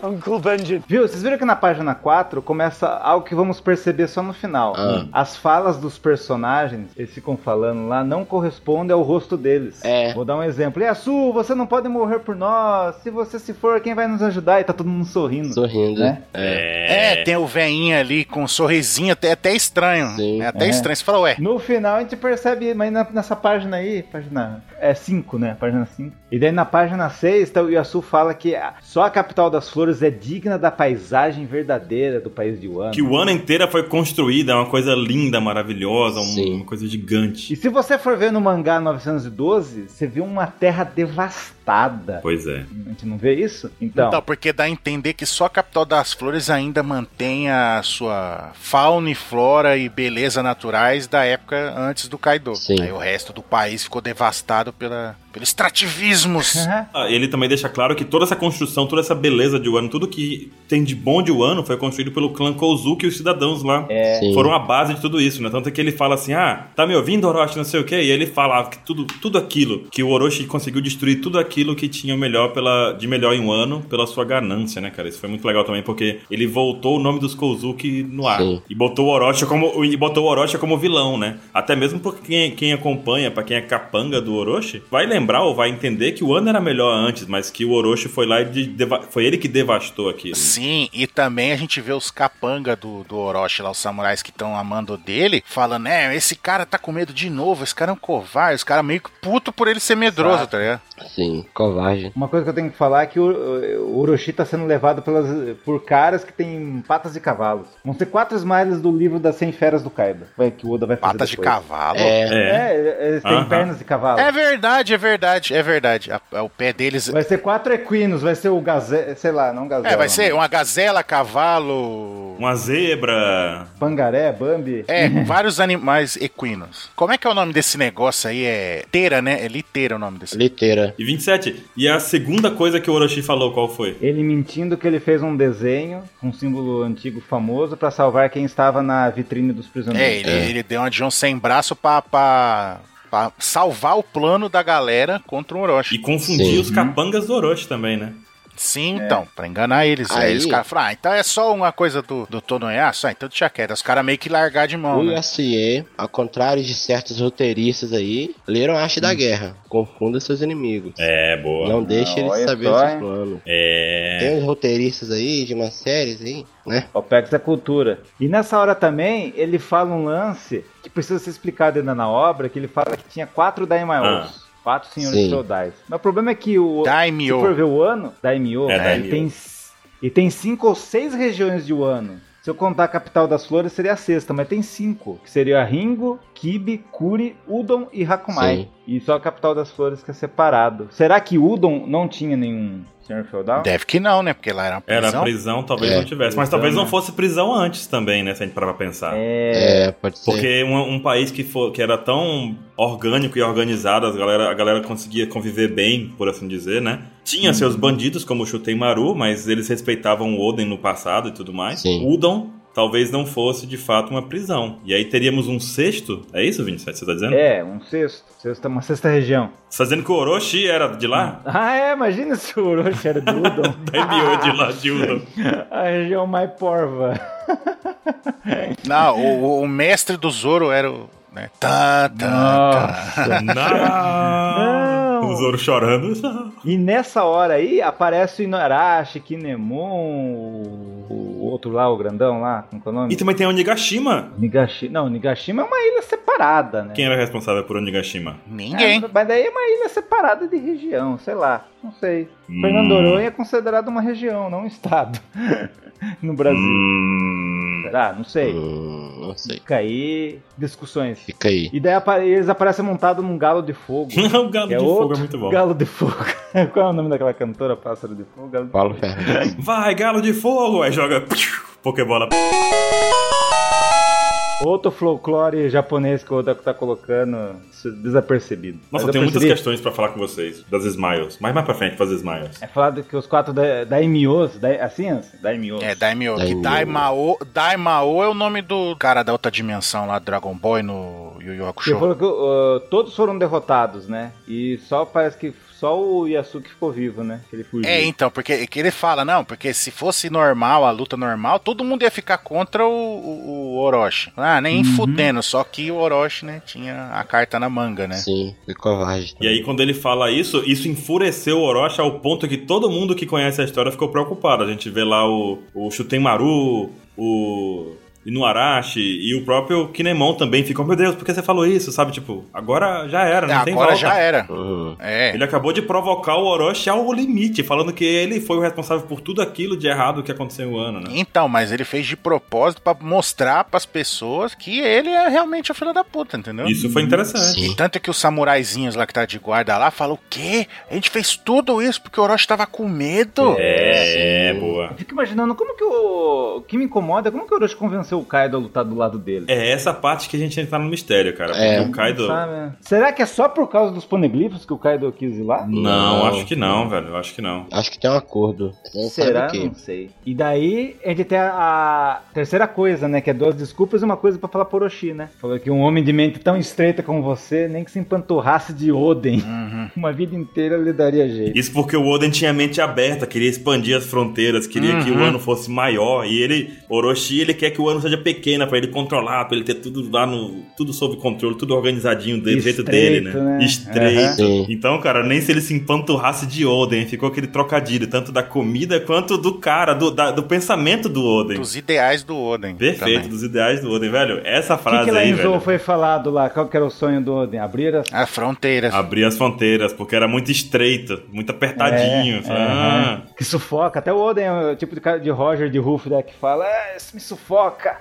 [SPEAKER 2] Viu? Vocês viram que na página 4 começa algo que vamos perceber só no final.
[SPEAKER 1] Ah.
[SPEAKER 2] As falas dos personagens, eles ficam falando lá, não correspondem ao rosto deles.
[SPEAKER 1] É.
[SPEAKER 2] Vou dar um exemplo. Yasu, você não pode morrer por nós. Se você se for, quem vai nos ajudar? E tá todo mundo
[SPEAKER 4] Hum.
[SPEAKER 2] sorrindo.
[SPEAKER 1] sorrindo.
[SPEAKER 2] Né?
[SPEAKER 1] É.
[SPEAKER 3] É, tem o veinho ali com um sorrisinho, até, até estranho.
[SPEAKER 1] Sim.
[SPEAKER 3] é até
[SPEAKER 2] É.
[SPEAKER 3] estranho. Você fala, ué,
[SPEAKER 2] No final a gente percebe, mas na- nessa página aí, página é 5, né? Página 5. E daí na página 6, tá, o Yasu fala que ah, só a capital das flores é digna da paisagem verdadeira do país de Wano.
[SPEAKER 4] Que o ano inteira foi construída, é uma coisa linda, maravilhosa, um-
[SPEAKER 1] Sim.
[SPEAKER 4] uma coisa gigante.
[SPEAKER 2] E se você for ver no mangá 912, você vê uma terra devastada.
[SPEAKER 4] Pois é.
[SPEAKER 2] A gente não vê isso? Então,
[SPEAKER 3] Então, porque dá a entender que só a capital das flores ainda mantém a sua fauna e flora e beleza naturais da época antes do Kaido.
[SPEAKER 1] Sim.
[SPEAKER 3] Aí o resto do país ficou devastado pela,
[SPEAKER 2] [laughs]
[SPEAKER 3] pelo extrativismo.
[SPEAKER 4] Ah, Ele também deixa claro que toda essa construção, toda essa beleza de Wano, tudo que tem de bom de Wano foi construído pelo clã Kozuki e os cidadãos lá.
[SPEAKER 1] Sim.
[SPEAKER 4] É. Foram a base de tudo isso, né? Tanto é que ele fala assim: ah, tá me ouvindo, Orochi, não sei o quê. E ele fala que tudo, tudo aquilo, que o Orochi conseguiu destruir tudo aquilo que tinha o melhor pela, de melhor em um ano pela sua ganância, né, cara? Isso foi muito legal também, porque ele voltou o nome dos Kozuki no ar.
[SPEAKER 1] Sim.
[SPEAKER 4] E botou o Orochi como, e botou o Orochi como vilão, né? Até mesmo porque quem, quem acompanha, pra quem é capanga do Orochi, vai lembrar ou vai entender que o ano era melhor antes, mas que o Orochi foi lá e de- deva- foi ele que devastou aquilo.
[SPEAKER 3] Sim, e também a gente vê os capanga do, do Orochi lá, os samurais que estão amando dele, falando, é, esse cara tá com medo de novo, esse cara é um covarde, os caras meio que puto por ele ser medroso,
[SPEAKER 2] Exato.
[SPEAKER 3] tá ligado?
[SPEAKER 1] Sim, covarde.
[SPEAKER 2] uma coisa que eu tenho que falar é que o, o Orochi tá sendo levado pelas, por caras que têm patas de cavalos. Vão ser quatro smiles do livro das 100 feras do Kaido. Vai, que o Oda vai fazer
[SPEAKER 3] Patas de
[SPEAKER 2] depois.
[SPEAKER 3] cavalo.
[SPEAKER 1] É.
[SPEAKER 4] É.
[SPEAKER 2] É, eles têm
[SPEAKER 4] Aham.
[SPEAKER 2] pernas de cavalo.
[SPEAKER 3] É verdade, é verdade, é verdade. A- a- o pé deles
[SPEAKER 2] Vai ser quatro equinos, vai ser o gazé, sei lá, não gazela.
[SPEAKER 3] É, vai
[SPEAKER 2] mas
[SPEAKER 3] ser uma gazela, cavalo.
[SPEAKER 4] Uma zebra.
[SPEAKER 2] Pangaré, Bambi.
[SPEAKER 3] É, vários animais equinos. Como é que é o nome desse negócio aí? É teira, né? É liteira o nome desse.
[SPEAKER 1] Liteira.
[SPEAKER 4] E 27. E a segunda coisa que o Orochi falou, qual foi?
[SPEAKER 2] Ele mentindo que ele fez um desenho, um símbolo antigo famoso, pra salvar quem estava na vitrine dos
[SPEAKER 3] É,
[SPEAKER 2] prisioneiros.
[SPEAKER 3] ele, ele deu uma de um sem braço pra, pra, pra salvar o plano da galera contra o
[SPEAKER 4] E
[SPEAKER 3] Orochi.
[SPEAKER 4] confundir
[SPEAKER 1] Sim.
[SPEAKER 4] os capangas do Orochi também, né?
[SPEAKER 3] Sim, então, pra enganar eles. Aí,
[SPEAKER 1] Aí-
[SPEAKER 3] os caras falaram, ah, então é só uma coisa do, do Tonoyasu? Ah, então deixa quieto. Os caras meio que largar de mão,
[SPEAKER 1] O
[SPEAKER 3] né?
[SPEAKER 1] Yasuye, ao contrário de certos roteiristas aí, leram a
[SPEAKER 2] Hum.
[SPEAKER 1] arte da guerra. Confunda seus inimigos.
[SPEAKER 4] É, boa.
[SPEAKER 1] Não deixe
[SPEAKER 2] Ah, olha
[SPEAKER 1] eles saberem
[SPEAKER 2] só,
[SPEAKER 1] os
[SPEAKER 2] hein?
[SPEAKER 1] seus planos.
[SPEAKER 4] É.
[SPEAKER 1] Tem uns roteiristas aí de umas séries aí, né?
[SPEAKER 2] OPEX é cultura. E nessa hora também, ele fala um lance que precisa ser explicado ainda na obra, que ele fala que tinha quatro Daimaios. Quatro senhores
[SPEAKER 1] Sim.
[SPEAKER 2] feudais. Mas o problema é que
[SPEAKER 3] Tá.
[SPEAKER 2] o... Se for
[SPEAKER 3] Daimyo.
[SPEAKER 2] ver o ano, Daimyo,
[SPEAKER 4] É,
[SPEAKER 2] ele
[SPEAKER 4] Daimyo.
[SPEAKER 2] tem, ele tem cinco ou seis regiões de Wano. Se eu contar a capital das flores, seria a sexta, mas tem cinco, que seria Ringo, Kibi, Kuri, Udon e Hakumai.
[SPEAKER 1] Sim.
[SPEAKER 2] E só a capital das flores que é separado. Será que Udon não tinha nenhum senhor feudal?
[SPEAKER 3] Deve que não, né? Porque lá era uma
[SPEAKER 4] Era prisão,
[SPEAKER 3] prisão.
[SPEAKER 4] talvez
[SPEAKER 1] É.
[SPEAKER 4] não tivesse.
[SPEAKER 2] Prisão,
[SPEAKER 4] Mas talvez não
[SPEAKER 2] né?
[SPEAKER 4] fosse prisão antes também, né? Se a gente parar pra pensar.
[SPEAKER 2] É,
[SPEAKER 1] É, pode ser.
[SPEAKER 4] Porque um, um país que, for, que era tão orgânico e organizado, as galera, a galera conseguia conviver bem, por assim dizer, né? Tinha seus bandidos, como o Shutei Maru, mas eles respeitavam o Oden no passado e tudo mais.
[SPEAKER 1] Sim.
[SPEAKER 4] Udon talvez não fosse, de fato, uma prisão. E aí teríamos um sexto... É isso, 27, você tá dizendo?
[SPEAKER 2] é, um sexto. sexta uma sexta região.
[SPEAKER 4] Você tá dizendo que o Orochi era de [laughs] lá?
[SPEAKER 2] Ah, é, imagina se o Orochi era do Udon.
[SPEAKER 4] Daí miou de lá, de um Udon.
[SPEAKER 2] [laughs] a região mais porva.
[SPEAKER 3] Não, o, o mestre do Zoro era o. Né? Tá, tá, tá.
[SPEAKER 2] Nossa.
[SPEAKER 4] Não!
[SPEAKER 2] Não.
[SPEAKER 4] O Zoro chorando.
[SPEAKER 2] E nessa hora aí aparece o Inuarashi, Kinemon, o, o outro lá, o grandão lá, como que é o nome?
[SPEAKER 4] E também tem o Onigashima.
[SPEAKER 2] Nigashima. Não, Nigashima é uma ilha separada, né?
[SPEAKER 4] Quem era responsável por Onigashima?
[SPEAKER 3] Ninguém.
[SPEAKER 2] É, mas daí é uma ilha separada de região, sei lá, não sei. Fernando
[SPEAKER 4] Hum.
[SPEAKER 2] Noronha é considerado uma região, não um estado. [laughs] no Brasil.
[SPEAKER 4] Hum.
[SPEAKER 2] Será? Não sei.
[SPEAKER 1] Hum, não sei.
[SPEAKER 2] Fica aí discussões.
[SPEAKER 1] Fica aí.
[SPEAKER 2] E daí apa- eles aparecem montados num galo de fogo.
[SPEAKER 4] o [laughs] Galo
[SPEAKER 2] Que é
[SPEAKER 4] de Fogo
[SPEAKER 2] outro
[SPEAKER 4] é muito bom.
[SPEAKER 2] Galo de fogo. [laughs] Qual é o nome daquela cantora? Pássaro de fogo? Galo de
[SPEAKER 1] Paulo Ferreira.
[SPEAKER 4] [laughs] Vai, Galo de Fogo! Aí joga [laughs] Pokébola.
[SPEAKER 2] Outro folclore japonês que o Oda tá colocando isso é desapercebido.
[SPEAKER 4] Nossa, eu
[SPEAKER 2] Mas
[SPEAKER 4] tenho muitas
[SPEAKER 2] percebi.
[SPEAKER 4] questões pra falar com vocês. Das Smiles. Mais mais pra frente, faz Smiles.
[SPEAKER 2] É falado que os quatro da, daimyos, da, assim, assim, daimyos.
[SPEAKER 3] É, Daimyo. Que
[SPEAKER 1] Daimyo.
[SPEAKER 3] Daimao, Daimao é o nome do cara da outra dimensão lá, Dragon Boy no Yu Yu
[SPEAKER 2] Ele
[SPEAKER 3] Hakusho.
[SPEAKER 2] falou que uh, todos foram derrotados, né? E só parece que só o Yasuke ficou vivo, né? Que ele fugiu.
[SPEAKER 3] É, então, porque que ele fala, não, porque se fosse normal, a luta normal, todo mundo ia ficar contra o, o- o Orochi. Ah, nem
[SPEAKER 4] Uhum.
[SPEAKER 3] fudendo, só que o Orochi, né, tinha a carta na manga, né?
[SPEAKER 1] Sim, que covarde.
[SPEAKER 4] E aí, quando ele fala isso, isso enfureceu o Orochi ao ponto que todo mundo que conhece a história ficou preocupado. A gente vê lá o, o Shutenmaru, o Inuarashi e o próprio Kinemon também ficam, meu Deus, por que você falou isso? Sabe, tipo, agora já era,
[SPEAKER 1] É,
[SPEAKER 4] não tem
[SPEAKER 3] Ah, Agora
[SPEAKER 4] volta.
[SPEAKER 3] já era.
[SPEAKER 1] Uhum.
[SPEAKER 3] É.
[SPEAKER 4] Ele acabou de provocar o Orochi ao limite, falando que ele foi o responsável por tudo aquilo de errado que aconteceu no ano, né?
[SPEAKER 3] Então, mas ele fez de propósito pra mostrar pras pessoas que ele é realmente o filho da puta, entendeu?
[SPEAKER 4] Isso foi interessante.
[SPEAKER 1] Sim.
[SPEAKER 3] Tanto que os samuraizinhos lá que tá de guarda lá falam o quê? A gente fez tudo isso porque o Orochi tava com medo.
[SPEAKER 4] É, é, boa.
[SPEAKER 2] Eu fico imaginando como que o. O que me incomoda é como que o Orochi convenceu o Kaido a lutar do lado dele.
[SPEAKER 4] É essa parte que a gente entrar no mistério, cara. Porque
[SPEAKER 1] É.
[SPEAKER 4] o Kaido.
[SPEAKER 2] Sabe? Será que é só por causa dos poneglyphs que o Kaido quis ir lá?
[SPEAKER 4] Não,
[SPEAKER 1] Não.
[SPEAKER 4] acho que não, velho. Acho que não.
[SPEAKER 1] Acho que tem um acordo. Não
[SPEAKER 2] Será?
[SPEAKER 1] sabe o
[SPEAKER 2] Não
[SPEAKER 1] quê.
[SPEAKER 2] sei. E daí a gente tem a, a terceira coisa, né? Que é duas desculpas e uma coisa pra falar por Orochi, né? Falou que um homem de mente tão estreita como você, nem que se empanturrasse de Oden,
[SPEAKER 3] Uhum.
[SPEAKER 2] uma vida inteira lhe daria jeito.
[SPEAKER 4] Isso porque o Oden tinha mente aberta, queria expandir as fronteiras, queria que o
[SPEAKER 3] Uhum.
[SPEAKER 4] ano fosse maior. E ele, Orochi, ele quer que o ano seja pequeno pra ele controlar, pra ele ter tudo lá no. Tudo sob controle, tudo organizadinho do jeito
[SPEAKER 2] Estreito,
[SPEAKER 4] dele, né?
[SPEAKER 2] né?
[SPEAKER 4] Estreito.
[SPEAKER 1] Sim.
[SPEAKER 4] Então, cara, nem se ele se empanturrasse de Oden, ficou aquele trocadilho, tanto da comida quanto do cara, do, da- do pensamento do Oden.
[SPEAKER 3] Dos ideais do Oden.
[SPEAKER 4] Perfeito,
[SPEAKER 3] também.
[SPEAKER 4] dos ideais do Oden, velho. Essa
[SPEAKER 2] O que,
[SPEAKER 4] frase
[SPEAKER 2] que lá
[SPEAKER 4] aí,
[SPEAKER 2] em Zou
[SPEAKER 4] velho.
[SPEAKER 2] foi falado lá? Qual que era o sonho do Oden? Abrir as.
[SPEAKER 3] A fronteira.
[SPEAKER 4] Abrir as fronteiras, porque era muito estreito, muito apertadinho.
[SPEAKER 2] É,
[SPEAKER 4] Ah.
[SPEAKER 2] é, é. Que sufoca. Até o Oden é o tipo de cara de Roger de Ruff né, que fala, ah, isso me sufoca.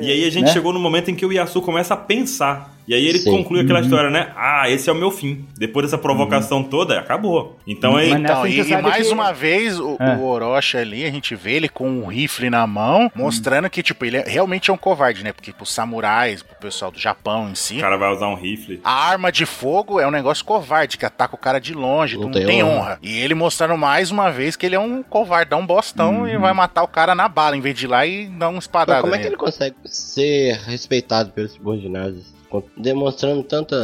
[SPEAKER 4] E aí a gente
[SPEAKER 2] Né?
[SPEAKER 4] chegou no momento em que o Yasu começa a pensar. E aí ele
[SPEAKER 1] Sim.
[SPEAKER 4] conclui aquela história, né? Ah, esse é o meu fim. Depois dessa provocação toda, acabou. Então aí.
[SPEAKER 2] Mas nessa
[SPEAKER 3] Então,
[SPEAKER 2] a gente
[SPEAKER 3] e, e
[SPEAKER 2] sabe
[SPEAKER 3] mais
[SPEAKER 2] que-
[SPEAKER 3] uma vez o,
[SPEAKER 2] É. Hum.
[SPEAKER 3] o Orochi ali, a gente vê ele com um rifle na mão, mostrando que, tipo, ele é- realmente é um covarde, né? Porque pros samurais, pro pessoal do Japão em si,
[SPEAKER 4] O cara vai usar um rifle.
[SPEAKER 3] a arma de fogo é um negócio covarde, que ataca o cara de longe, não, tem, honra. E ele mostrando mais uma vez que ele é um covarde, um bostão e vai matar o cara na bala, em vez de ir lá e dar um
[SPEAKER 1] Uhum. Mas
[SPEAKER 3] espadada
[SPEAKER 1] como é que ele
[SPEAKER 3] nele.
[SPEAKER 1] consegue ser respeitado pelos subordinados? Demonstrando tanta.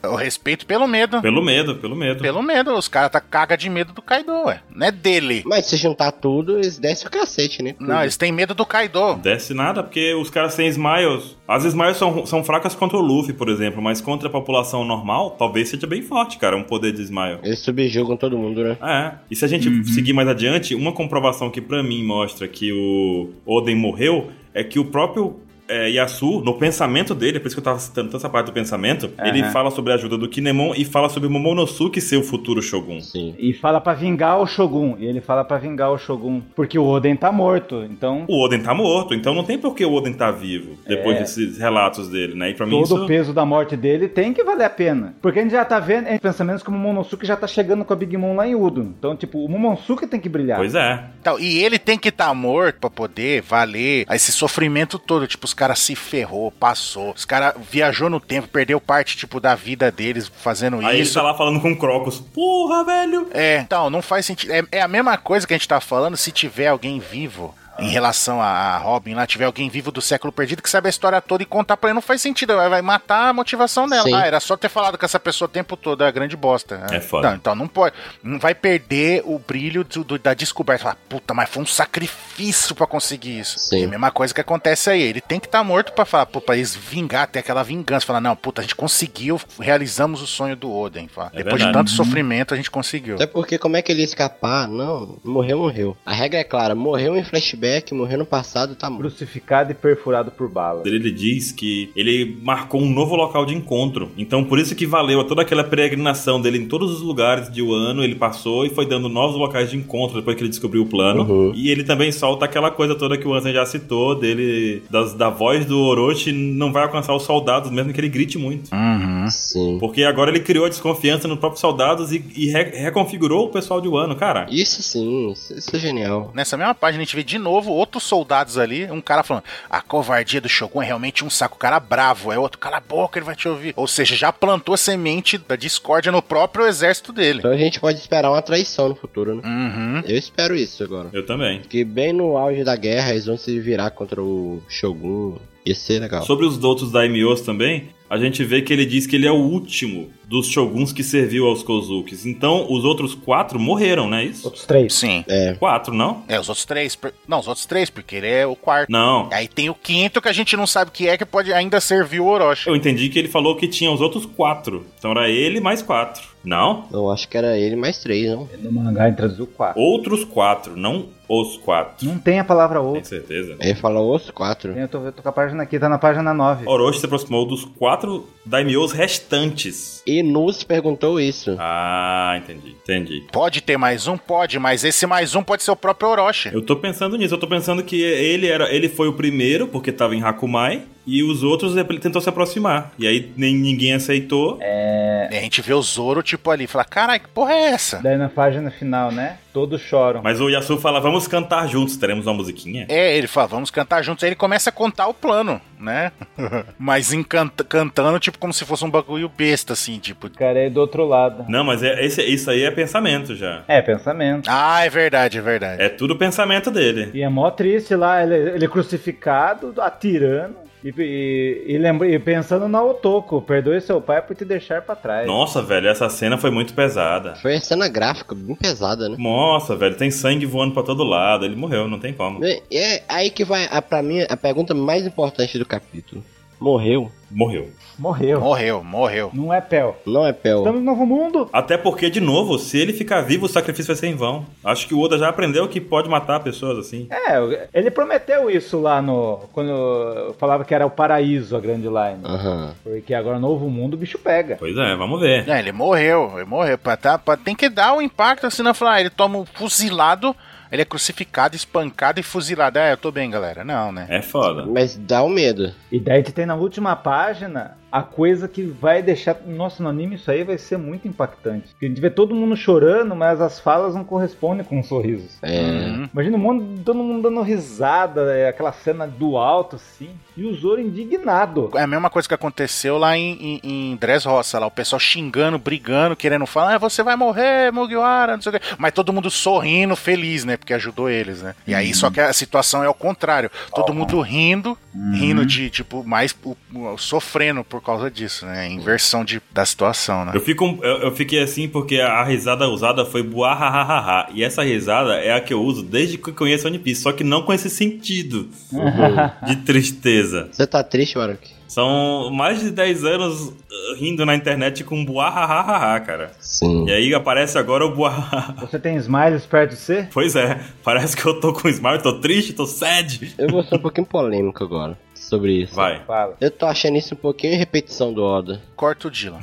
[SPEAKER 3] É, o respeito pelo medo.
[SPEAKER 4] Pelo medo, pelo medo.
[SPEAKER 3] Pelo medo, os caras tá caga de medo do Kaido, ué. Não é dele.
[SPEAKER 1] Mas se juntar tudo, eles descem o cacete, né?
[SPEAKER 3] Não, eles têm medo do Kaido.
[SPEAKER 4] Desce nada, porque os caras sem smiles. As smiles são, são fracas contra o Luffy, por exemplo, mas contra a população normal, talvez seja bem forte, cara, um poder de smile.
[SPEAKER 1] Eles subjugam todo mundo, né?
[SPEAKER 4] É. E se a gente seguir mais adiante, uma comprovação que pra mim mostra que o Oden morreu é que o próprio é, Yasu, no pensamento dele, é por isso que eu tava citando tanta parte do pensamento, ele fala sobre a ajuda do Kinemon e fala sobre o Momonosuke ser o futuro Shogun.
[SPEAKER 1] Sim.
[SPEAKER 2] E fala pra vingar o Shogun. E ele fala pra vingar o Shogun. Porque o Oden tá morto. Então,
[SPEAKER 4] O Oden tá morto, então não tem por que o Oden tá vivo depois desses relatos dele, né? E pra mim
[SPEAKER 2] todo
[SPEAKER 4] isso.
[SPEAKER 2] o peso da morte dele tem que valer a pena. Porque a gente já tá vendo é, pensamentos como o Momonosuke já tá chegando com a Big Mom lá em Udo. Então, tipo, o Momonosuke tem que brilhar.
[SPEAKER 4] Pois é.
[SPEAKER 3] Então, e ele tem que estar morto pra poder valer esse sofrimento todo. Tipo, os caras se ferrou, passou. Os caras viajou no tempo, perdeu parte, tipo, da vida deles fazendo
[SPEAKER 4] Aí ele
[SPEAKER 3] isso.
[SPEAKER 4] tá lá falando com o Crocus. Porra, velho!
[SPEAKER 3] É, então, não faz sentido. É, é a mesma coisa que a gente tá falando se tiver alguém vivo. Em relação a- a Robin lá, tiver alguém vivo do século perdido que sabe a história toda e contar pra ele, não faz sentido, vai vai matar a motivação dela.
[SPEAKER 1] Sim.
[SPEAKER 3] Ah, era só ter falado com essa pessoa o tempo todo, é grande bosta. né?
[SPEAKER 4] É foda.
[SPEAKER 3] Não, então não pode. Não vai perder o brilho do- do- da descoberta. Falar, puta, mas foi um sacrifício pra conseguir isso.
[SPEAKER 1] Sim.
[SPEAKER 3] É a mesma coisa que acontece aí. Ele tem que estar morto pra falar, pô, pra eles vingar, ter aquela vingança. Falar, não, puta, a gente conseguiu, realizamos o sonho do Oden. Fala,
[SPEAKER 4] É
[SPEAKER 3] Depois de
[SPEAKER 4] verdade.
[SPEAKER 3] tanto
[SPEAKER 1] Uhum.
[SPEAKER 3] sofrimento, a gente conseguiu.
[SPEAKER 1] Até porque como é que ele ia escapar? Não, morreu, morreu. A regra é clara, morreu em flashback, morreu no passado, tá morto.
[SPEAKER 2] Crucificado e perfurado por balas.
[SPEAKER 4] Ele diz que ele marcou um novo local de encontro. Então, por isso que valeu toda aquela peregrinação dele em todos os lugares de Wano. Ele passou e foi dando novos locais de encontro depois que ele descobriu o plano.
[SPEAKER 1] Uhum.
[SPEAKER 4] E ele também solta aquela coisa toda que o Ansem já citou, dele, das- da voz do Orochi, não vai alcançar os soldados, mesmo que ele grite muito.
[SPEAKER 3] Uhum.
[SPEAKER 1] Sim.
[SPEAKER 4] Porque agora ele criou a desconfiança nos próprios soldados e, e re- reconfigurou o pessoal de Wano, cara.
[SPEAKER 1] Isso sim, isso, isso é genial.
[SPEAKER 3] Nessa mesma página a gente vê de novo outros soldados ali, um cara falando, a covardia do Shogun é realmente um saco, o cara bravo, é outro, cala a boca, ele vai te ouvir. Ou seja, já plantou a semente da discórdia no próprio exército dele.
[SPEAKER 1] Então a gente pode esperar uma traição no futuro, né?
[SPEAKER 3] Uhum.
[SPEAKER 1] Eu espero isso agora.
[SPEAKER 4] Eu também.
[SPEAKER 1] Que bem no auge da guerra eles vão se virar contra o Shogun. Ia ser legal.
[SPEAKER 4] Sobre os outros daimyos também, a gente vê que ele diz que ele é o último dos shoguns que serviu aos Kozukis. Então, os outros quatro morreram, não é isso?
[SPEAKER 2] Outros três.
[SPEAKER 3] Sim.
[SPEAKER 1] É,
[SPEAKER 4] Quatro, não?
[SPEAKER 3] É, os outros três. per- Não, os outros três, porque ele é o quarto.
[SPEAKER 4] Não.
[SPEAKER 3] Aí tem o quinto que a gente não sabe que é, que pode ainda servir o Orochi.
[SPEAKER 4] Eu entendi que ele falou que tinha os outros quatro. Então era ele mais quatro. Não?
[SPEAKER 1] eu acho que era ele mais três, não?
[SPEAKER 2] No mangá ele traduziu quatro.
[SPEAKER 4] Outros quatro, não os quatro.
[SPEAKER 2] Não tem a palavra
[SPEAKER 4] Tem
[SPEAKER 2] outro.
[SPEAKER 4] certeza?
[SPEAKER 1] Ele falou os quatro.
[SPEAKER 2] Tem, Eu tô, eu tô com a página aqui, tá na página 9.
[SPEAKER 4] Orochi se aproximou dos quatro daimyos restantes.
[SPEAKER 1] E nos perguntou isso.
[SPEAKER 4] Ah, entendi. Entendi.
[SPEAKER 3] Pode ter mais um? Pode, mas esse mais um pode ser o próprio Orochi.
[SPEAKER 4] É. Eu tô pensando nisso, eu tô pensando que ele era, ele foi o primeiro, porque tava em Hakumai, e os outros ele tentou se aproximar. E aí nem, ninguém aceitou. É.
[SPEAKER 3] E a gente vê o Zoro, tipo, ali, fala, caralho, que porra é essa?
[SPEAKER 2] Daí na página final, né? Todos choram.
[SPEAKER 4] Mas o Yasu fala, vamos cantar juntos, teremos uma musiquinha.
[SPEAKER 3] É, ele fala, vamos cantar juntos. Aí ele começa a contar o plano, né? [laughs] Mas em canta- cantando, tipo, como se fosse um bagulho besta, assim, tipo.
[SPEAKER 2] O cara é do outro lado.
[SPEAKER 4] Não, mas é, esse- isso aí é pensamento já.
[SPEAKER 2] É, pensamento.
[SPEAKER 3] Ah, é verdade, é verdade.
[SPEAKER 4] É tudo pensamento dele.
[SPEAKER 2] E é mó triste lá, ele, ele é crucificado, atirando e, e, e lembra- e pensando na Otoko. Perdoe seu pai por te deixar pra trás.
[SPEAKER 4] Nossa, velho, essa cena foi muito pesada.
[SPEAKER 1] Foi a cena gráfica bem pesada, né?
[SPEAKER 4] Nossa, velho, tem sangue voando pra todo lado. Ele morreu, não tem como.
[SPEAKER 1] Bem, É aí que vai, a, pra mim, a pergunta mais importante do capítulo. Morreu?
[SPEAKER 4] Morreu.
[SPEAKER 2] Morreu.
[SPEAKER 3] Morreu, morreu.
[SPEAKER 2] Não é Pel.
[SPEAKER 1] Não é Pel.
[SPEAKER 2] Estamos no novo mundo.
[SPEAKER 4] Até porque, de novo, se ele ficar vivo, o sacrifício vai ser em vão. Acho que o Oda já aprendeu que pode matar pessoas assim.
[SPEAKER 2] É, ele prometeu isso lá no. Quando falava que era o paraíso a Grande Line.
[SPEAKER 1] Aham.
[SPEAKER 2] Porque agora novo mundo o bicho pega.
[SPEAKER 4] Pois é, vamos ver.
[SPEAKER 3] É, ele morreu, ele morreu. Pra, tá, pra- tem que dar o um impacto, assim, na falar, ele toma um fuzilado, ele é crucificado, espancado e fuzilado. É, eu tô bem, galera. Não, né?
[SPEAKER 4] É foda.
[SPEAKER 1] Mas dá o medo.
[SPEAKER 2] E daí a gente tem na última página a coisa que vai deixar. Nossa, no anime isso aí vai ser muito impactante. Porque a gente vê todo mundo chorando, mas as falas não correspondem com os sorrisos.
[SPEAKER 1] É.
[SPEAKER 3] Uhum.
[SPEAKER 2] Imagina o mundo, todo mundo dando risada, é, aquela cena do alto assim, e o Zoro indignado.
[SPEAKER 3] É a mesma coisa que aconteceu lá em, em, em Dressrosa, lá o pessoal xingando, brigando, querendo falar, ah, você vai morrer, Mugiwara, não sei o quê. Mas todo mundo sorrindo, feliz, né? Porque ajudou eles, né? E aí, só que a situação é ao contrário. Todo mundo rindo, rindo de, tipo, mais o- o- sofrendo por causa disso, né? Inversão de, da situação, né?
[SPEAKER 4] Eu, fico, eu, eu fiquei assim porque a risada usada foi buahahaha. E essa risada é a que eu uso desde que eu conheço One Piece, só que não com esse sentido [laughs] de tristeza.
[SPEAKER 1] Uhum. Você tá triste, Baruch?
[SPEAKER 4] São mais de 10 anos uh, rindo na internet com buahahaha, cara.
[SPEAKER 1] Sim.
[SPEAKER 4] E aí aparece agora o buahaha.
[SPEAKER 2] Você tem smiles perto de você?
[SPEAKER 4] [laughs] Pois é, parece que eu tô com smile, tô triste, tô sad.
[SPEAKER 1] Eu vou ser um pouquinho polêmico agora sobre isso.
[SPEAKER 4] Vai.
[SPEAKER 2] Fala.
[SPEAKER 1] Eu tô achando isso um pouquinho de repetição do Oda.
[SPEAKER 3] Corta o Dylan.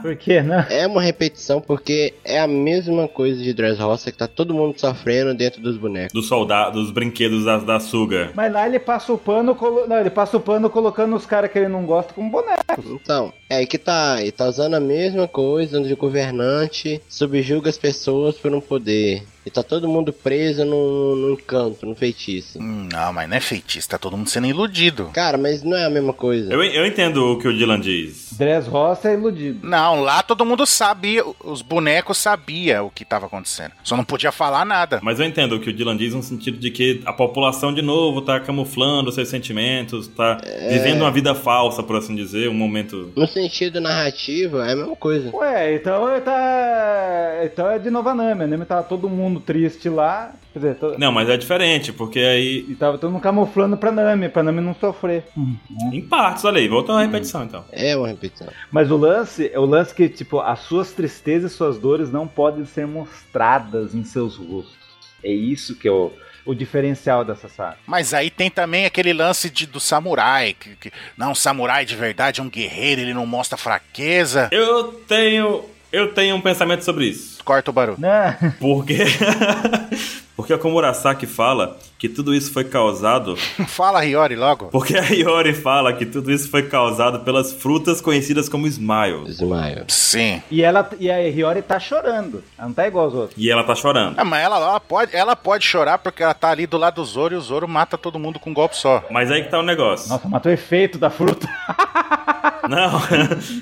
[SPEAKER 2] Por quê, né?
[SPEAKER 1] É uma repetição porque é a mesma coisa de Dressrosa que tá todo mundo sofrendo dentro dos bonecos.
[SPEAKER 4] Dos soldados, dos brinquedos da, da Suga.
[SPEAKER 2] Mas lá ele passa o pano, colo... não, ele passa o pano colocando os caras que ele não gosta como boné.
[SPEAKER 1] Então, é aí que tá. Ele tá usando a mesma coisa de governante, subjuga as pessoas por um poder. E tá todo mundo preso num, num encanto, num feitiço.
[SPEAKER 3] Hum, não, mas não é feitiço, tá todo mundo sendo iludido.
[SPEAKER 1] Cara, mas não é a mesma coisa.
[SPEAKER 4] Eu, eu entendo o que o Dylan diz.
[SPEAKER 2] Dress roça é iludido.
[SPEAKER 3] Não, lá todo mundo sabia, os bonecos sabia o que tava acontecendo. Só não podia falar nada.
[SPEAKER 4] Mas eu entendo o que o Dylan diz no sentido de que a população, de novo, tá camuflando seus sentimentos, tá vivendo uma vida falsa, por assim dizer, um momento.
[SPEAKER 1] No sentido narrativo, é a mesma coisa.
[SPEAKER 2] Ué, então ele tá. Então é de Nova Nami. né? Tava todo mundo triste lá. Quer dizer, to-
[SPEAKER 4] Não, mas é diferente, porque aí.
[SPEAKER 2] e tava todo mundo camuflando pra Nami, pra Nami não sofrer.
[SPEAKER 4] Em partes, olha aí, volta à repetição então.
[SPEAKER 1] É uma repetição.
[SPEAKER 2] Mas o lance é o lance que, tipo, as suas tristezas e suas dores não podem ser mostradas em seus rostos. É isso que eu. o diferencial dessa saga.
[SPEAKER 3] Mas aí tem também aquele lance de, do samurai. Que, que- não, um samurai de verdade é um guerreiro, ele não mostra fraqueza.
[SPEAKER 4] Eu tenho. Eu tenho um pensamento sobre isso.
[SPEAKER 3] Corta o barulho. [laughs]
[SPEAKER 2] Né?
[SPEAKER 4] Porque. [laughs] Porque é a Komurasaki fala que tudo isso foi causado.
[SPEAKER 3] Fala, Hiyori, logo.
[SPEAKER 4] Porque a Iori fala que tudo isso foi causado pelas frutas conhecidas como Smiles.
[SPEAKER 1] Ismael.
[SPEAKER 3] Sim.
[SPEAKER 2] E, ela, e a Hiyori tá chorando. Ela não tá igual aos outros.
[SPEAKER 4] E ela tá chorando.
[SPEAKER 3] Ah, mas ela, ela pode, ela pode chorar porque ela tá ali do lado do Zoro e o Zoro mata todo mundo com um golpe só.
[SPEAKER 4] Mas aí que tá o negócio.
[SPEAKER 2] Nossa, matou o efeito da fruta.
[SPEAKER 4] [laughs] Não,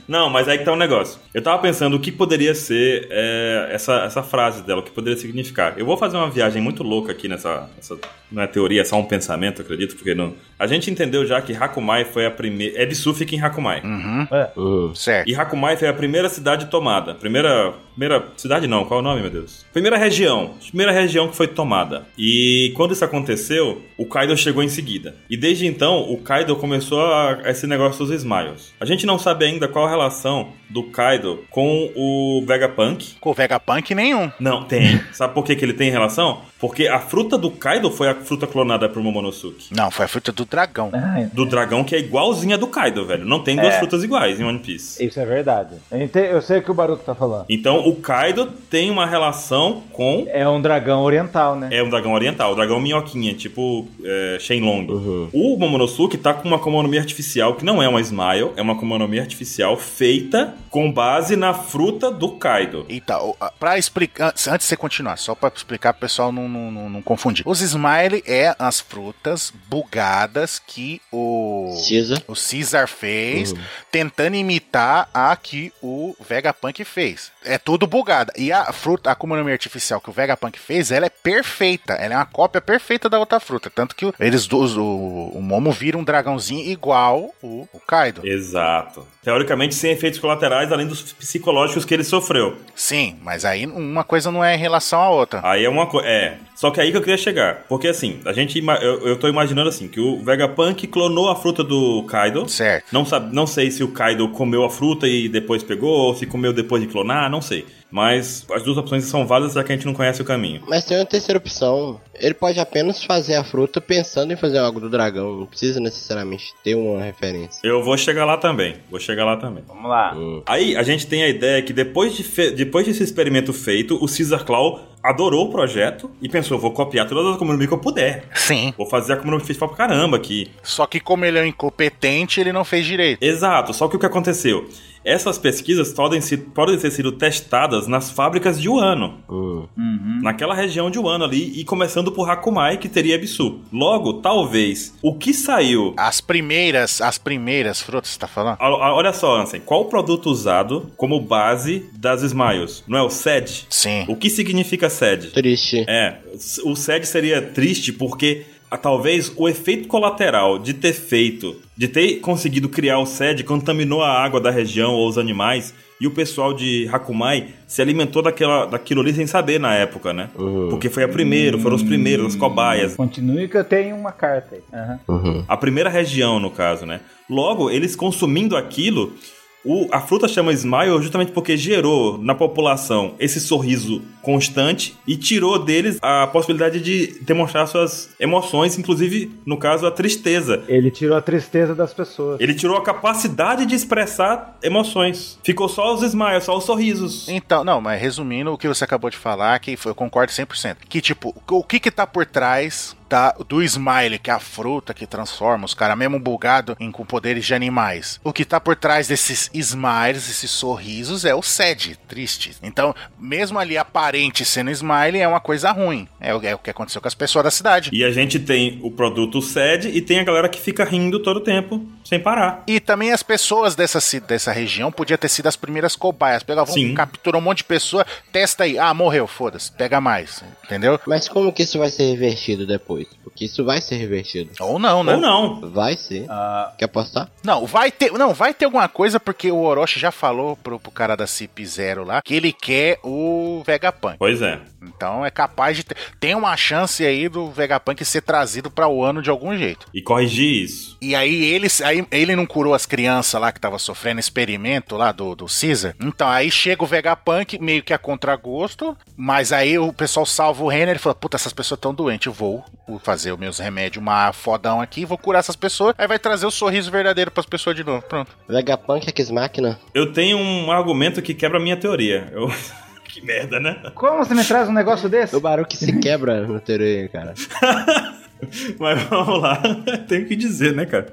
[SPEAKER 4] não, mas aí que tá o negócio. Eu tava pensando o que poderia ser é, essa, essa frase dela, o que poderia significar. Eu vou fazer uma viagem muito louca aqui nessa. nessa- não é teoria, é só um pensamento, acredito, porque não. A gente entendeu já que Hakumai foi a primeira. Ebisu fica em Hakumai.
[SPEAKER 3] Uhum.
[SPEAKER 1] Hum.
[SPEAKER 3] Certo.
[SPEAKER 4] E Hakumai foi a primeira cidade tomada. Primeira. Primeira. Cidade não, qual é o nome, meu Deus? Primeira região. Primeira região que foi tomada. E quando isso aconteceu, o Kaido chegou em seguida. E desde então, o Kaido começou a, esse negócio dos Smiles. A gente não sabe ainda qual a relação do Kaido com o Vegapunk.
[SPEAKER 3] Com o Vegapunk nenhum.
[SPEAKER 4] Não, tem. Sabe por que, que ele tem relação? Porque a fruta do Kaido foi a fruta clonada por Momonosuke.
[SPEAKER 3] Não, foi a fruta do dragão.
[SPEAKER 2] Ai,
[SPEAKER 4] Do dragão que é igualzinha do Kaido, velho. Não tem duas
[SPEAKER 2] É.
[SPEAKER 4] frutas iguais em One Piece.
[SPEAKER 2] isso é verdade. Eu, ente- eu sei o que o Baruto tá falando.
[SPEAKER 4] Então o Kaido tem uma relação com.
[SPEAKER 2] É um dragão oriental, né?
[SPEAKER 4] É um dragão oriental, o dragão minhoquinha, tipo é, Shenlong. O Momonosuke tá com uma Komonomi artificial que não é uma Smile, é uma Komonomi artificial feita com base na fruta do Kaido.
[SPEAKER 3] Então, o- a- pra explicar. Antes antes de você continuar, só pra explicar pro pessoal não, não, não, não confundir. Os smile é as frutas bugadas que o.
[SPEAKER 1] Caesar.
[SPEAKER 3] O Caesar fez, tentando imitar a que o Vegapunk fez. É tudo bugada. E a fruta, a Kumanomi artificial que o Vegapunk fez, ela é perfeita. Ela é uma cópia perfeita da outra fruta. Tanto que o- eles dois, o, o Momo vira um dragãozinho igual o, o Kaido.
[SPEAKER 4] Exato. Teoricamente, sem efeitos colaterais, além dos psicológicos que ele sofreu.
[SPEAKER 3] Sim, mas aí uma coisa não é em relação à outra.
[SPEAKER 4] Aí é uma coisa. É. Só que aí que eu queria chegar. Porque assim, a gente. ima- Eu, eu tô imaginando assim, que o Vegapunk clonou a fruta do Kaido.
[SPEAKER 3] Certo.
[SPEAKER 4] Não, sabe, não sei se o Kaido comeu a fruta e depois pegou, ou se comeu depois de clonar, não sei. Mas as duas opções são válidas, já que a gente não conhece o caminho.
[SPEAKER 1] Mas tem uma terceira opção. Ele pode apenas fazer a fruta pensando em fazer algo do dragão. Não precisa necessariamente ter uma referência.
[SPEAKER 4] Eu vou chegar lá também, vou chegar lá também.
[SPEAKER 2] Vamos lá.
[SPEAKER 4] Hum. Aí a gente tem a ideia que depois, de fe- depois desse experimento feito, o Caesar Claw adorou o projeto e pensou: vou copiar todas as comunidades que eu puder.
[SPEAKER 3] Sim.
[SPEAKER 4] Vou fazer a comunidade festival pra caramba aqui.
[SPEAKER 3] Só que como ele é um incompetente, ele não fez direito.
[SPEAKER 4] Exato, só que o que aconteceu? Essas pesquisas podem, se, podem ter sido testadas nas fábricas de Wano.
[SPEAKER 1] Hum.
[SPEAKER 2] Uhum.
[SPEAKER 4] naquela região de Wano ali e começando por Hakumai, que teria Ebisu. Logo, talvez, o que saiu.
[SPEAKER 3] As primeiras, as primeiras frutas, você tá falando?
[SPEAKER 4] A- a- Olha só, Ansem, qual o produto usado como base das Smiles? Não é o SED?
[SPEAKER 3] Sim.
[SPEAKER 4] O que significa SED?
[SPEAKER 1] Triste.
[SPEAKER 4] É, o SED seria triste porque ah, talvez o efeito colateral de ter feito, de ter conseguido criar o SED, contaminou a água da região ou os animais. E o pessoal de Hakumai se alimentou daquela, daquilo ali sem saber na época, né?
[SPEAKER 1] Uhum.
[SPEAKER 4] Porque foi a primeira, foram os primeiros, as cobaias.
[SPEAKER 2] Continue que eu tenho uma carta aí. Aham.
[SPEAKER 1] Uhum.
[SPEAKER 4] A primeira região, no caso, né? Logo, eles consumindo aquilo, o- a fruta chama Smile justamente porque gerou na população esse sorriso constante e tirou deles a possibilidade de demonstrar suas emoções, inclusive, no caso, a tristeza.
[SPEAKER 2] Ele tirou a tristeza das pessoas.
[SPEAKER 4] Ele tirou a capacidade de expressar emoções. Ficou só os smiles, só os sorrisos.
[SPEAKER 3] Então, não, mas resumindo o que você acabou de falar, que foi- eu concordo 100%. Que tipo, o que que tá por trás da, do smile, que é a fruta que transforma os caras, mesmo bugado em, com poderes de animais. O que tá por trás desses smiles, esses sorrisos, é o sede, triste. Então, mesmo ali aparente sendo smile, é uma coisa ruim. É, o- é o que aconteceu com as pessoas da cidade.
[SPEAKER 4] E a gente tem o produto sede e tem a galera que fica rindo todo tempo, sem parar.
[SPEAKER 3] E também as pessoas dessa, ci- dessa região podiam ter sido as primeiras cobaias. Pegavam,
[SPEAKER 4] Sim.
[SPEAKER 3] capturou um monte de pessoa, testa aí. Ah, morreu, foda-se, pega mais. Entendeu?
[SPEAKER 1] Mas como que isso vai ser revertido depois? Porque isso vai ser revertido.
[SPEAKER 3] Ou não, né?
[SPEAKER 4] Ou não.
[SPEAKER 1] Vai ser.
[SPEAKER 2] Ah,
[SPEAKER 1] Quer apostar?
[SPEAKER 3] Não, vai ter, não, vai ter alguma coisa porque o Orochi já falou pro, pro cara da CIP Zero lá que ele quer o Vegapunk,
[SPEAKER 4] Pois é.
[SPEAKER 3] Então é capaz de ter. Tem uma chance aí do Vegapunk ser trazido pra o ano de algum jeito.
[SPEAKER 4] E corrigir isso.
[SPEAKER 3] E aí ele, aí ele não curou as crianças lá que tava sofrendo experimento lá do, do Caesar. Então aí chega o Vegapunk, meio que a contragosto, mas aí o pessoal salva o Renner e fala: Puta, essas pessoas tão doentes, eu vou fazer os meus remédios uma fodão aqui, vou curar essas pessoas. Aí vai trazer o sorriso verdadeiro pras pessoas de novo. Pronto.
[SPEAKER 1] Vegapunk, Ex Máquina.
[SPEAKER 4] Eu tenho um argumento que quebra a minha teoria. Eu- [laughs] que merda, né?
[SPEAKER 2] Como você me traz um negócio desse?
[SPEAKER 1] O barulho que se quebra na teoria, cara.
[SPEAKER 4] Mas vamos lá, [laughs] tenho que dizer, né, cara?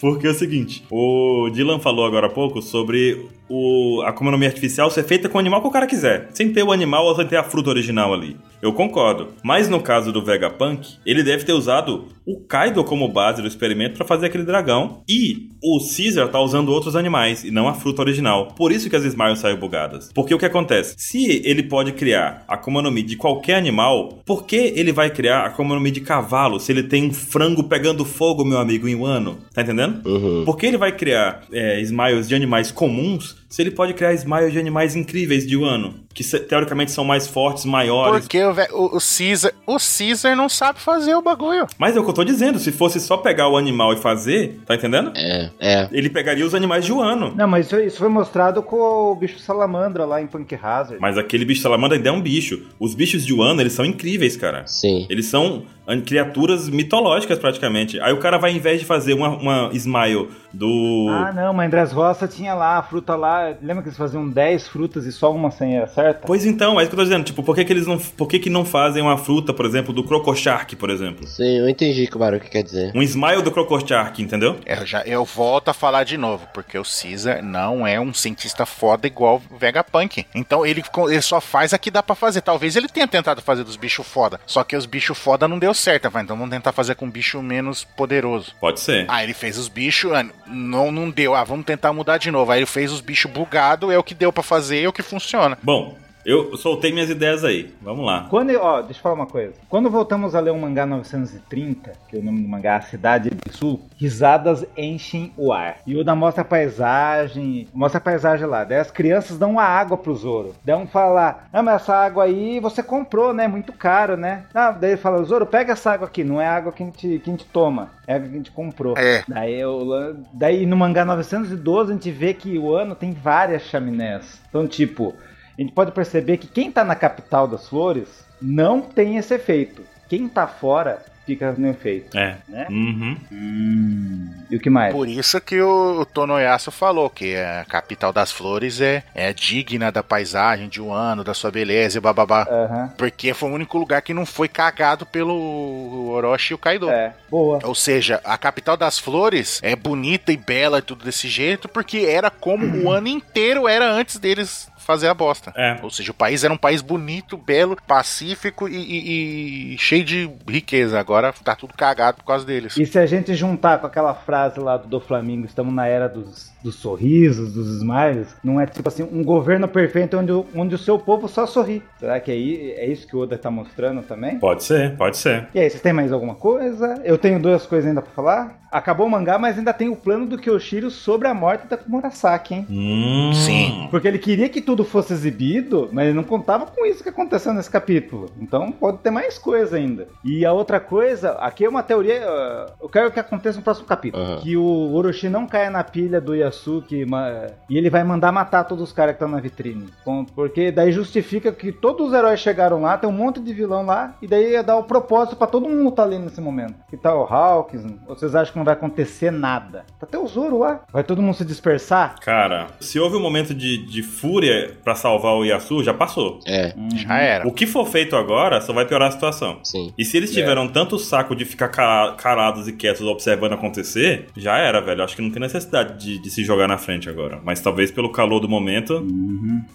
[SPEAKER 4] Porque é o seguinte, o Dylan falou agora há pouco sobre o, a Akuma no Mi artificial ser feita com o animal que o cara quiser. Sem ter o animal ou sem ter a fruta original ali. Eu concordo. Mas no caso do Vegapunk, ele deve ter usado o Kaido como base do experimento pra fazer aquele dragão. E o Caesar tá usando outros animais e não a fruta original. Por isso que as Smiles saem bugadas. Porque o que acontece? Se ele pode criar a Akuma no Mi de qualquer animal, por que ele vai criar a Akuma no Mi de cavalo se ele tem um frango pegando fogo, meu amigo, em um ano? Tá entendendo?
[SPEAKER 1] Uhum.
[SPEAKER 4] Por que ele vai criar é, smiles de animais comuns se ele pode criar smiles de animais incríveis de Wano? Que se- teoricamente são mais fortes, maiores.
[SPEAKER 3] Porque o, ve- o, o Caesar. O Caesar não sabe fazer o bagulho.
[SPEAKER 4] Mas é o que eu tô dizendo, se fosse só pegar o animal e fazer, tá entendendo?
[SPEAKER 1] É, é.
[SPEAKER 4] Ele pegaria os animais de um Wano.
[SPEAKER 2] Não, mas isso, isso foi mostrado com o bicho salamandra lá em Punk Hazard.
[SPEAKER 4] Mas aquele bicho salamandra ainda é um bicho. Os bichos de Wano, eles são incríveis, cara.
[SPEAKER 1] Sim.
[SPEAKER 4] Eles são an- criaturas mitológicas, praticamente. Aí o cara vai, ao invés de fazer uma, uma smile do...
[SPEAKER 2] Ah, não, mas Andrés Roça tinha lá a fruta lá. Lembra que eles faziam 10 frutas e só uma sem era certa?
[SPEAKER 4] Pois então, é isso que eu tô dizendo. Tipo, por que, que eles não... Por que, que não fazem uma fruta, por exemplo, do Crocoshark, por exemplo?
[SPEAKER 1] Sim, eu entendi o que o barulho quer dizer.
[SPEAKER 4] Um smile do Crocoshark, entendeu?
[SPEAKER 3] É, Eu, já, eu volto a falar de novo, porque o Caesar não é um cientista foda igual o Vegapunk. Então ele, co- ele só faz a que dá pra fazer. Talvez ele tenha tentado fazer dos bichos foda, só que os bichos foda não deu certo. Vai, então vamos tentar fazer com um bicho menos poderoso.
[SPEAKER 4] Pode ser.
[SPEAKER 3] Ah, ele fez os bichos, ah, não, não deu. Ah, vamos tentar mudar de novo. Aí ele fez os bichos bugado, é o que deu pra fazer, é o que funciona.
[SPEAKER 4] Bom, eu soltei minhas ideias aí. Vamos lá.
[SPEAKER 2] Quando, eu- ó, deixa eu falar uma coisa. Quando voltamos a ler um mangá 930, que o nome do mangá é A Cidade do Sul, risadas enchem o ar. E o da mostra a paisagem, mostra a paisagem lá. Daí as crianças dão a água pro Zoro. Daí um fala, ah, mas essa água aí você comprou, né? Muito caro, né? Ah, daí ele fala, Zoro, pega essa água aqui. Não é água que a gente, que a gente toma, é água que a gente comprou.
[SPEAKER 3] É.
[SPEAKER 2] Daí, eu, daí no mangá 912 a gente vê que o ano tem várias chaminés. Então, tipo, a gente pode perceber que quem tá na capital das flores não tem esse efeito. Quem tá fora fica no efeito,
[SPEAKER 4] É.
[SPEAKER 2] né?
[SPEAKER 4] Uhum.
[SPEAKER 2] E o que mais?
[SPEAKER 3] Por isso que o, o Tonoyasu falou que a capital das flores é, é digna da paisagem, de um ano, da sua beleza e bababá.
[SPEAKER 2] Aham.
[SPEAKER 3] Porque foi o único lugar que não foi cagado pelo Orochi e o Kaido.
[SPEAKER 2] É, boa.
[SPEAKER 3] Ou seja, a capital das flores é bonita e bela e tudo desse jeito, porque era como o ano inteiro era antes deles fazer a bosta.
[SPEAKER 4] É.
[SPEAKER 3] Ou seja, o país era um país bonito, belo, pacífico e, e- e cheio de riqueza. Agora tá tudo cagado por causa deles.
[SPEAKER 2] E se a gente juntar com aquela frase lá do, do Flamengo, estamos na era dos, dos sorrisos, dos smiles, não é tipo assim, um governo perfeito onde, o- onde o seu povo só sorri. Será que aí é isso que o Oda tá mostrando também?
[SPEAKER 4] Pode ser, pode ser.
[SPEAKER 2] E aí, vocês têm mais alguma coisa? Eu tenho duas coisas ainda pra falar. Acabou o mangá, mas ainda tem o plano do Kyoshiro sobre a morte da Kumurasaki, hein?
[SPEAKER 4] Hum.
[SPEAKER 3] Sim.
[SPEAKER 2] Porque ele queria que tudo fosse exibido, mas ele não contava com isso que aconteceu nesse capítulo. Então pode ter mais coisa ainda. E a outra coisa, aqui é uma teoria. ah, Eu quero que aconteça no próximo capítulo.
[SPEAKER 1] Aham.
[SPEAKER 2] Que o Orochi não caia na pilha do Yasuke ma- e ele vai mandar matar todos os caras que estão na vitrine. Com- Porque daí justifica que todos os heróis chegaram lá, tem um monte de vilão lá, e daí ia dar o propósito pra todo mundo estar ali nesse momento. Que tal o Hawkins? Vocês acham que não vai acontecer nada? Tá até o Zoro lá. Vai todo mundo se dispersar?
[SPEAKER 4] Cara, se houve um momento de, de fúria pra salvar o Yasu, já passou.
[SPEAKER 1] É,
[SPEAKER 3] Já era.
[SPEAKER 2] Uhum.
[SPEAKER 4] O que for feito agora só vai piorar a situação.
[SPEAKER 1] sim.
[SPEAKER 4] E se eles tiveram tanto saco de ficar ca- calados e quietos observando acontecer, já era, velho. Acho que não tem necessidade de, de se jogar na frente agora. Mas talvez pelo calor do momento.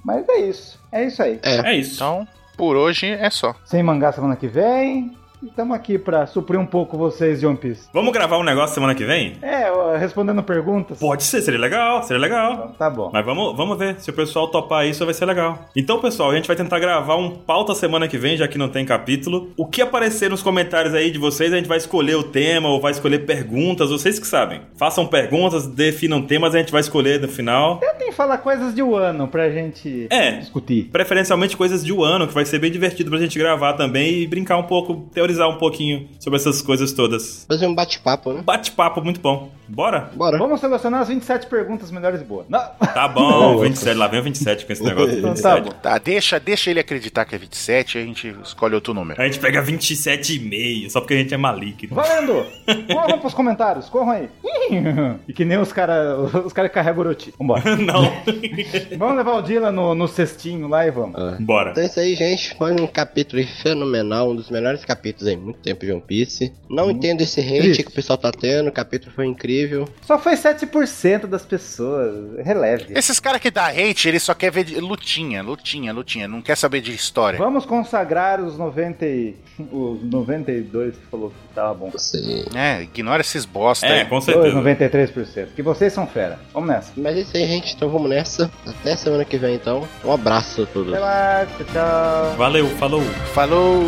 [SPEAKER 2] Mas é isso. É isso aí.
[SPEAKER 1] É.
[SPEAKER 4] É isso.
[SPEAKER 3] Então, por hoje é só.
[SPEAKER 2] Sem mangá semana que vem. Estamos aqui pra suprir um pouco vocês de One Piece.
[SPEAKER 4] Vamos gravar um negócio semana que vem?
[SPEAKER 2] É, ó, respondendo perguntas.
[SPEAKER 4] Pode ser, seria legal, seria legal.
[SPEAKER 2] Então, Tá bom.
[SPEAKER 4] Mas vamos, vamos ver. Se o pessoal topar isso, vai ser legal. Então, pessoal, a gente vai tentar gravar um pauta semana que vem, já que não tem capítulo. O que aparecer nos comentários aí de vocês, a gente vai escolher o tema ou vai escolher perguntas, vocês que sabem. Façam perguntas, definam temas, a gente vai escolher no final.
[SPEAKER 2] Tentem falar coisas de um ano pra gente
[SPEAKER 4] É.
[SPEAKER 2] discutir.
[SPEAKER 4] Preferencialmente coisas de Wano, que vai ser bem divertido pra gente gravar também e brincar um pouco, teorizar um pouquinho sobre essas coisas todas.
[SPEAKER 1] Fazer um bate-papo, né?
[SPEAKER 4] Bate-papo muito bom. Bora?
[SPEAKER 1] Bora.
[SPEAKER 2] Vamos selecionar as 27 perguntas melhores e boas. Não.
[SPEAKER 4] Tá bom, 27, lá vem o 27
[SPEAKER 2] [laughs]
[SPEAKER 4] com esse negócio.
[SPEAKER 2] Então
[SPEAKER 4] 27.
[SPEAKER 2] tá bom.
[SPEAKER 3] Tá, deixa, deixa ele acreditar que é 27 e a gente escolhe outro número.
[SPEAKER 4] A gente pega 27,5, só porque a gente é maligno. [laughs]
[SPEAKER 2] Valendo! Corram pros comentários, corram aí. [laughs] E que nem os caras os cara que carregam Orochi. Vambora.
[SPEAKER 4] Não.
[SPEAKER 2] Vamos levar o Dylan no, no cestinho lá e vamos.
[SPEAKER 1] Ah.
[SPEAKER 4] Bora.
[SPEAKER 1] Então é isso aí, gente. Foi um capítulo fenomenal, um dos melhores capítulos em muito tempo de One Piece. Não entendo esse hate
[SPEAKER 2] Triste.
[SPEAKER 1] que o pessoal tá tendo, o capítulo foi incrível.
[SPEAKER 2] Só foi 7% das pessoas. Releve.
[SPEAKER 3] Esses caras que dá hate, ele só quer ver de- lutinha, lutinha, lutinha. Não quer saber de história.
[SPEAKER 2] Vamos consagrar os 90 e... os 92 que falou que tava bom.
[SPEAKER 1] Sim.
[SPEAKER 3] É, ignora esses bosta
[SPEAKER 4] É,
[SPEAKER 3] aí.
[SPEAKER 4] com
[SPEAKER 2] Dois,
[SPEAKER 4] certeza.
[SPEAKER 2] 93%. Que vocês são fera. Vamos nessa.
[SPEAKER 1] Mas é isso aí, gente. Então vamos nessa. Até semana que vem, então. Um abraço a todos.
[SPEAKER 2] Até lá, tchau, tchau.
[SPEAKER 4] Valeu, falou.
[SPEAKER 3] Falou!